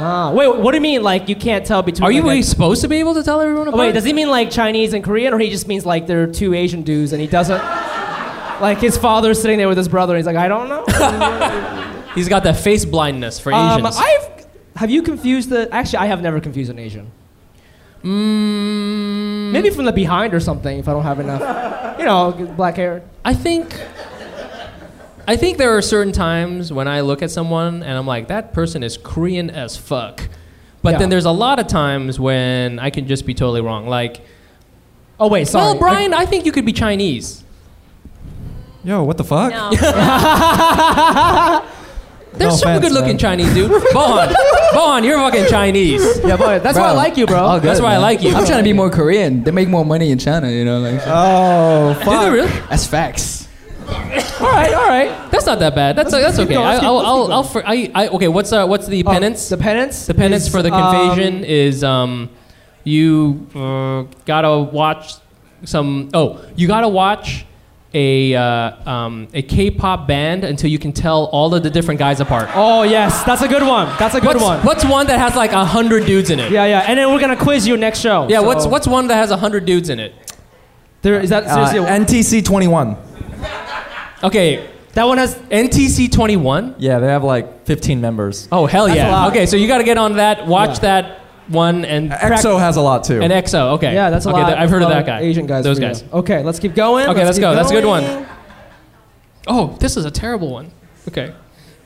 Ah, wait, what do you mean? Like you can't tell between?
Are you
like,
really
a-
supposed to be able to tell everyone
Oh,
apart?
wait, does he mean like Chinese and Korean, or he just means like there are two Asian dudes and he doesn't? Like his father's sitting there with his brother, and he's like, I don't know.
He's got that face blindness for
um,
Asians.
I've have you confused the? Actually, I have never confused an Asian.
Mm.
Maybe from the behind or something if I don't have enough. You know, black hair.
I think I think there are certain times when I look at someone and I'm like, that person is Korean as fuck. But
Yeah.
then there's a lot of times when I can just be totally wrong. Like,
Oh wait, sorry.
well, Brian, I think you could be Chinese.
Yo, what the fuck?
No.
There's
No
some
offense,
good looking
man.
Chinese dude.
<laughs>
Bohan, Bohan, you're fucking Chinese.
yeah, boy, that's why I
Bro.
like you, bro.
All good,
That's why I
man.
like you.
I'm trying to be more Korean. They make more money in China, you know. Like
Oh,
Is it
fuck.
really?
that's facts.
All right, all right. That's not that bad. That's that's okay. I, I'll, I'll, I'll, for- I, I, okay. What's uh, what's the
Oh,
penance?
The penance.
The penance
is,
for the
um,
confusion is um, you uh, gotta watch some. Oh, you gotta watch a uh, um, a K-pop band until you can tell all of the different guys apart.
Oh yes, that's a good one. That's a good
what's,
one.
What's one that has like a hundred dudes in it?
Yeah, yeah. And then we're gonna quiz you next show.
Yeah, what's
so-
what's one that has a hundred dudes in it?
There is that seriously.
Uh, NTC 21.
Okay,
that one has.
NTC twenty one.
Yeah, they have like 15 members.
Oh hell
a
yeah!
lot.
Okay, so you gotta get on that. Watch that one and
EXO has a lot too.
And EXO, okay.
Yeah, that's a
okay,
lot.
th- I've heard of
of
that guy.
Asian guys.
Those
for you.
guys.
Okay, let's keep going.
Okay, let's
keep
go. That's a good
going.
one. Oh, this is a terrible one. Okay.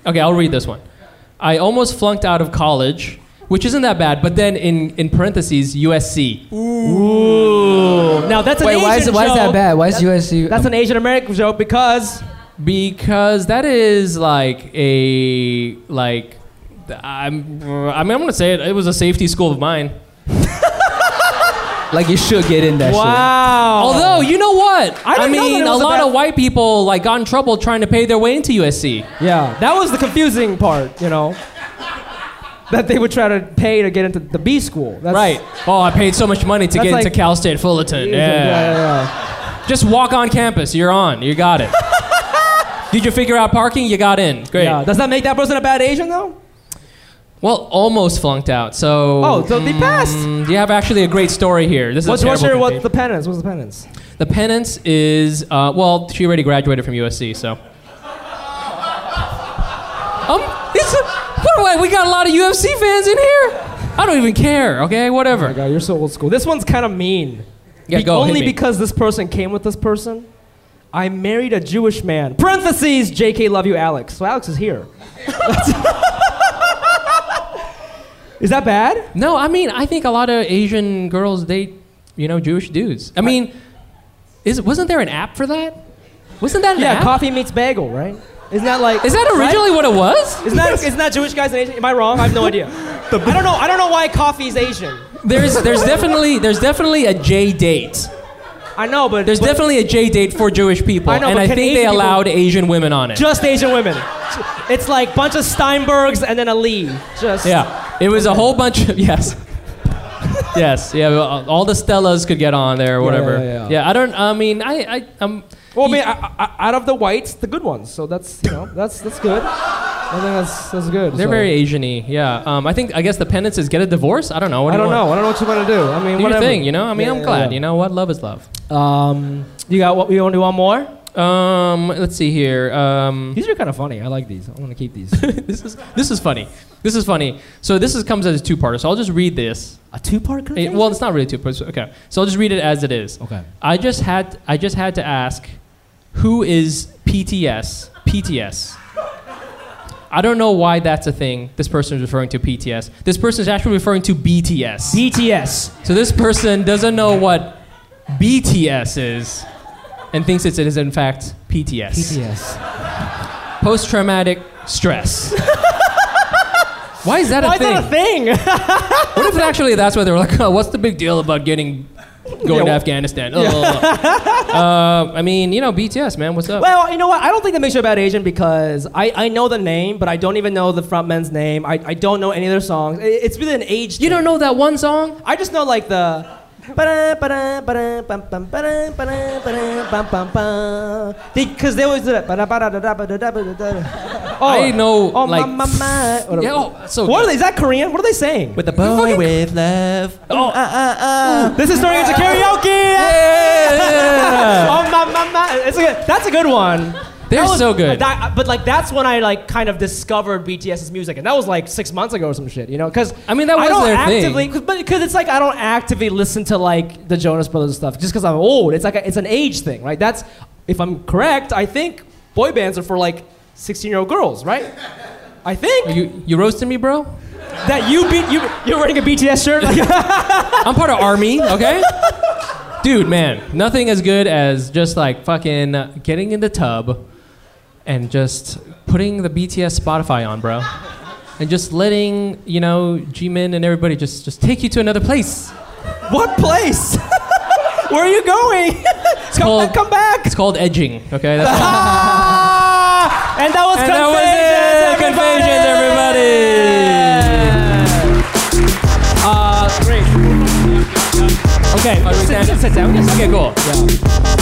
Okay, I'll read this one. I almost flunked out of college, which isn't that bad, but then in, in parentheses, USC.
Now that's an
Wait,
Asian
why is it, why is that
joke.
bad? Why is USC?
That's an Asian American joke because
Because that is like a like I'm I mean I'm gonna say it, it was a safety school of mine.
like you should get in that shit.
wow.
Although you know what?
I didn't know that
Oh. mean
it
a
was a
lot
bad-
of white people like got in trouble trying to pay their way into USC.
Yeah, that was the confusing part, you know. That they would try to pay to get into the B school. That's,
Right. Oh, I paid so much money to
That's
get into
like-
Cal State Fullerton.
Yeah,
Yeah.
yeah, yeah.
Just walk on campus. You're on. You
<laughs>
got it. Did you figure out parking? You got in. Great.
Yeah, Does that make that person a bad Asian though?
Well, almost flunked out. So.
Oh, so they passed.
Mm, you have actually a great story here. This is
What's
a
what's your
terrible
what's
confusion.
the penance? What's the penance?
the penance is uh, well, she already graduated from USC, so. Um, this, what do I- we got a lot of UFC fans in here. I don't even care. Okay,
My
whatever.
God, you're so old school. This one's kind of mean.
Yeah,
Be-
go hit
only
me.
because this person came with this person. I married a Jewish man. Parentheses, JK, love you, Alex. So Alex is here. <laughs> is that bad?
No, I mean, I think a lot of Asian girls date, you know, Jewish dudes. I mean, is wasn't there an app for that? Wasn't that an
Yeah,
app?
coffee meets bagel, right? Isn't that like?
Is that
right?
originally what it was?
Isn't that, isn't that Jewish guys and Asian? Am I wrong? I have no idea. I don't know. I don't know why coffee is Asian.
There's there's definitely there's definitely a J date.
I know, but
There's
but
definitely a J date for Jewish people,
I know,
and
but
I
can
think they
Asian people-
allowed Asian women on it.
just Asian women. It's like bunch of Steinbergs and then a Lee. Just
yeah, it was a whole bunch of <laughs> yes. Yes, yeah, well, all the Stellas could get on there or whatever.
yeah, yeah.
I don't, I mean, I, um, I, I'm,
Well, I mean, I, I, out of the whites, the good ones. So that's you know that's that's good. I think that's that's good.
they're
so.
very Asian-y, yeah. Um, I think, I guess the penance is get a divorce? I don't know. What do
I
you
don't
want?
know. I don't know what you want to do. I mean,
Do your
whatever.
thing, you know? I mean, I'm glad. You know what? Love is love.
know. Um, you got what? You want to do one more?
Um, let's see here. Um,
These are kind of funny. I like these. I want to keep these.
<laughs> this is this is funny. This is funny. So this is, comes as a two-parter. So I'll just read this.
a two-part
Eh, well, it's not really two parts. Okay. So I'll just read it as it is.
Okay.
I just had I just had to ask, who is PTS? PTS. I don't know why that's a thing. This person is referring to PTS. This person is actually referring to BTS.
BTS.
So this person doesn't know what BTS is and thinks it's, it is in fact PTS.
BTS.
Post traumatic
<laughs>
stress. Why is that
Why
a
is
thing?
that Oh, a thing?
What if actually that's why they were like, <laughs> oh, what's the big deal about getting going to
well-
Afghanistan? Oh, uh, I mean, you know, BTS, man, what's up?
Well, you know what? I don't think that makes you a bad Asian because I, I know the name, but I don't even know the frontman's name. I, I don't know any of their songs. I- It's really an age.
you don't
thing.
know that one song?
I just know like the. Because they always do that. Oh,
I know,
Oh,
like-
my, my, my. What,
Yeah, oh, so
what are
good.
they? Is that Korean? What are they saying?
With a boy with love.
Oh.
uh, This is turning into karaoke.
Yeah.
oh, my, my, my. It's a good, that's a good one.
They're
That was-
so good.
that- uh, but like that's when I like kind of discovered BTS's music, and that was like six months ago or some shit, you know? Because
I mean, that was
I don't
their thing.
actively, Cause, but because it's like I don't actively listen to like the Jonas Brothers stuff just because I'm old. It's like a, it's an age thing, right? That's if I'm correct, I think boy bands are for like 16 year old girls, right? I think <laughs>
you you roasting me, bro?
that you beat you. You're wearing a BTS shirt. Like, <laughs>
I'm part of army, okay? Dude, man, nothing as good as just like fucking getting in the tub and just putting the BTS Spotify on, bro. And just letting, you know, G-Min and everybody just just take you to another place.
what place? <laughs> Where are you going? <laughs> come,
called-
come back.
It's called edging, okay? That's all.
Ah! And that was
And that was
Confessions,
it. Confessions, everybody.
Uh, great. Okay, sit, sit, sit down. Okay, cool.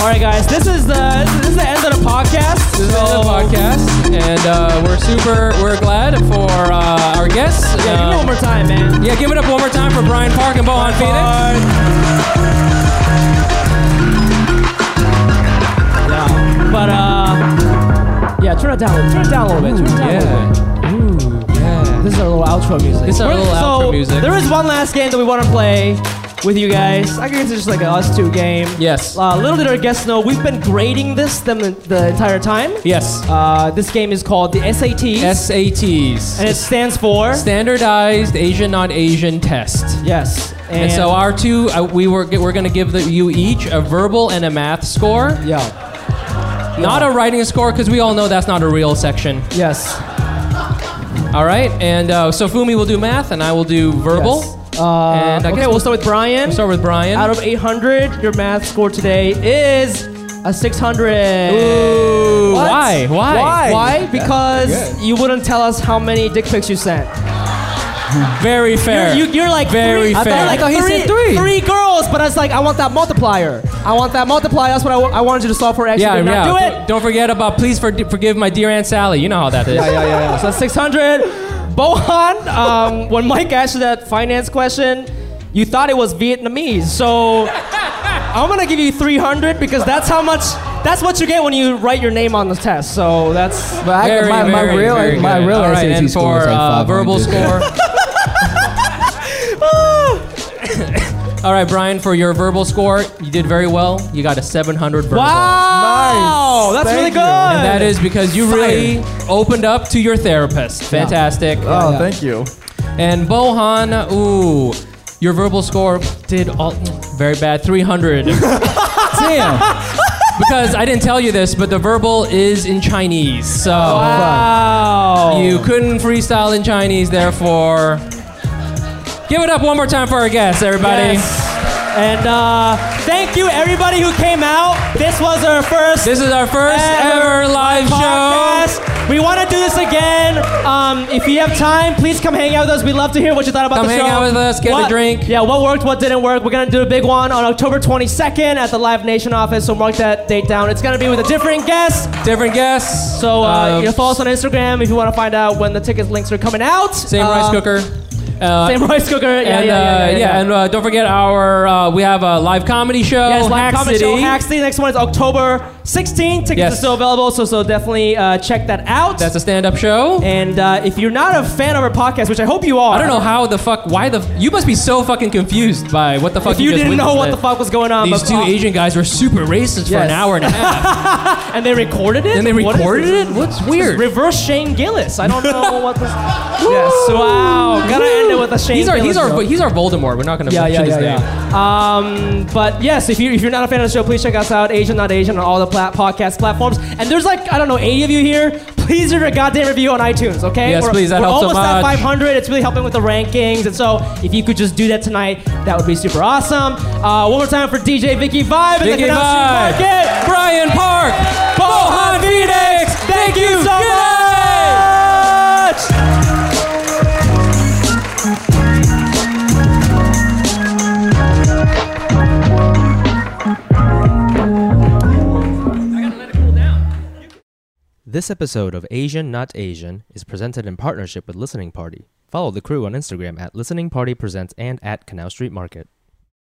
All right, guys, this is the this is the end of the podcast.
This is the end of the podcast, and uh, we're super, we're glad for uh, our guests.
Yeah,
Uh,
give me one more time, man.
yeah, give it up one more Uh, time for Brian Park and Bohan Phoenix.
Yeah, but uh, yeah, turn it down. a little- Turn it down a little bit. Turn it down a little bit.
Yeah. Ooh, yeah.
This is our little outro music.
This is our
We're-
little outro
so
music.
There is one last game that we want to play with you guys. I guess it's just like a us two game.
Yes.
Uh, little did our guests know, we've been grading this them the entire time.
Yes.
Uh, this game is called the SAT,
SATs.
and it stands for
Standardized Asian non Asian test.
yes.
And, so our two, uh, we were we're gonna give the, you each a verbal and a math score,
yeah,
not a writing score, because we all know that's not a real section.
yes.
All right, and uh, so Fumi will do math, and I will do verbal.
Yes. Uh,
And I guess
okay, we'll start with Brian.
We'll start with Brian.
Out of 800, your math score today is a 600.
Ooh,
What?
why? Why?
Why? Why?
That's
Because you wouldn't tell us how many dick pics you sent.
Very fair.
You, you're like
Very
three, I
fair.
thought, like
I thought he
three,
said three.
three girls, but I was like, I want that multiplier. I want that multiplier. That's what I wa- I wanted you to solve for. Actually,
yeah,
did not
yeah.
do it.
Don't- Don't forget about please for, forgive my dear Aunt Sally. You know how that is.
yeah, yeah, yeah. So 600. Bohan, um, <laughs> when Mike asked you that finance question, you thought it was Vietnamese. So I'm gonna give you 300 because that's how much. That's what you get when you write your name on the test. So that's.
But I,
Very,
my, my
very,
real,
very
my
good.
real
All right,
SAT
and
score
for
is like
uh,
500.
verbal score. <laughs>
<laughs>
All right, Brian, for your verbal score, you did very well. You got a 700 verbal.
Wow, that's
Thank
really good.
you.
And that is because you really opened up to your therapist. Fantastic.
Oh, thank you.
And Bohan, ooh, your verbal score did all very
<laughs>
bad, 300. Damn. Because I didn't tell you this, but the verbal is in Chinese, so
wow.
you couldn't freestyle in Chinese. Therefore, give it up one more time for our guests, everybody.
Yes. And uh, thank you everybody who came out. This was our first
This is our first
Ever
ever live show.
podcast. We want to do this again. Um, if you have time, please come hang out with us. We'd love to hear what you thought about
Come
the show.
hang out with us, get a
What-
drink.
Yeah, what worked, what didn't work. We're gonna do a big one on October 22nd at the Live Nation office. So mark that date down. It's gonna be with a different guest.
Different guests.
So uh,
Um,
you follow us on Instagram if you want to find out when the tickets links are coming out.
same rice
Um,
cooker. Uh,
Same rice cooker. Yeah,
and
yeah, yeah,
uh,
yeah, yeah.
and uh, don't forget our uh, we have a live comedy show.
Yes, live
Hack
comedy
City.
show Hack City. Next one is October 16th. Tickets
Yes.
are still available, so so definitely uh, check that out.
That's a stand-up show.
and uh, if you're not a fan of our podcast, which I hope you are,
I don't know how the fuck, why the, you must be so fucking confused by what the fuck
if you,
just
didn't know
witnessed
what
there.
the fuck was going on.
These
but,
two
uh,
Asian guys were super racist for
Yes.
an hour and
<laughs>
a half.
and they recorded it.
And they
What is
recorded
this?
it? What's weird?
Reverse Shane Gillis. I don't know
<laughs>
what this. yes. Wow. Gotta end it with a Shane.
He's our, he's
Gillis
our,
joke.
he's our Voldemort. We're not gonna
yeah, yeah,
mention
yeah,
his name.
yeah. Um, but yes, if you if you're not a fan of the show, please check us out, Asian Not Asian, on all the plat- podcast platforms. And there's like I don't know, 80 of you here. Please leave a goddamn review on iTunes, okay?
Yes,
we're,
please, that
we're
helps so
almost at
much.
500. It's really helping with the rankings, and so if you could just do that tonight, that would be super awesome. Uh, one more time for DJ Vicky Vibe and
Vicky
the Canal
Vibe.
Street Market.
Brian Park, Bohan Phoenix.
Thank you so
Good
much.
This episode of Asian Not Asian is presented in partnership with Listening Party. Follow the crew on Instagram at Listening Party Presents and at Canal Street Market.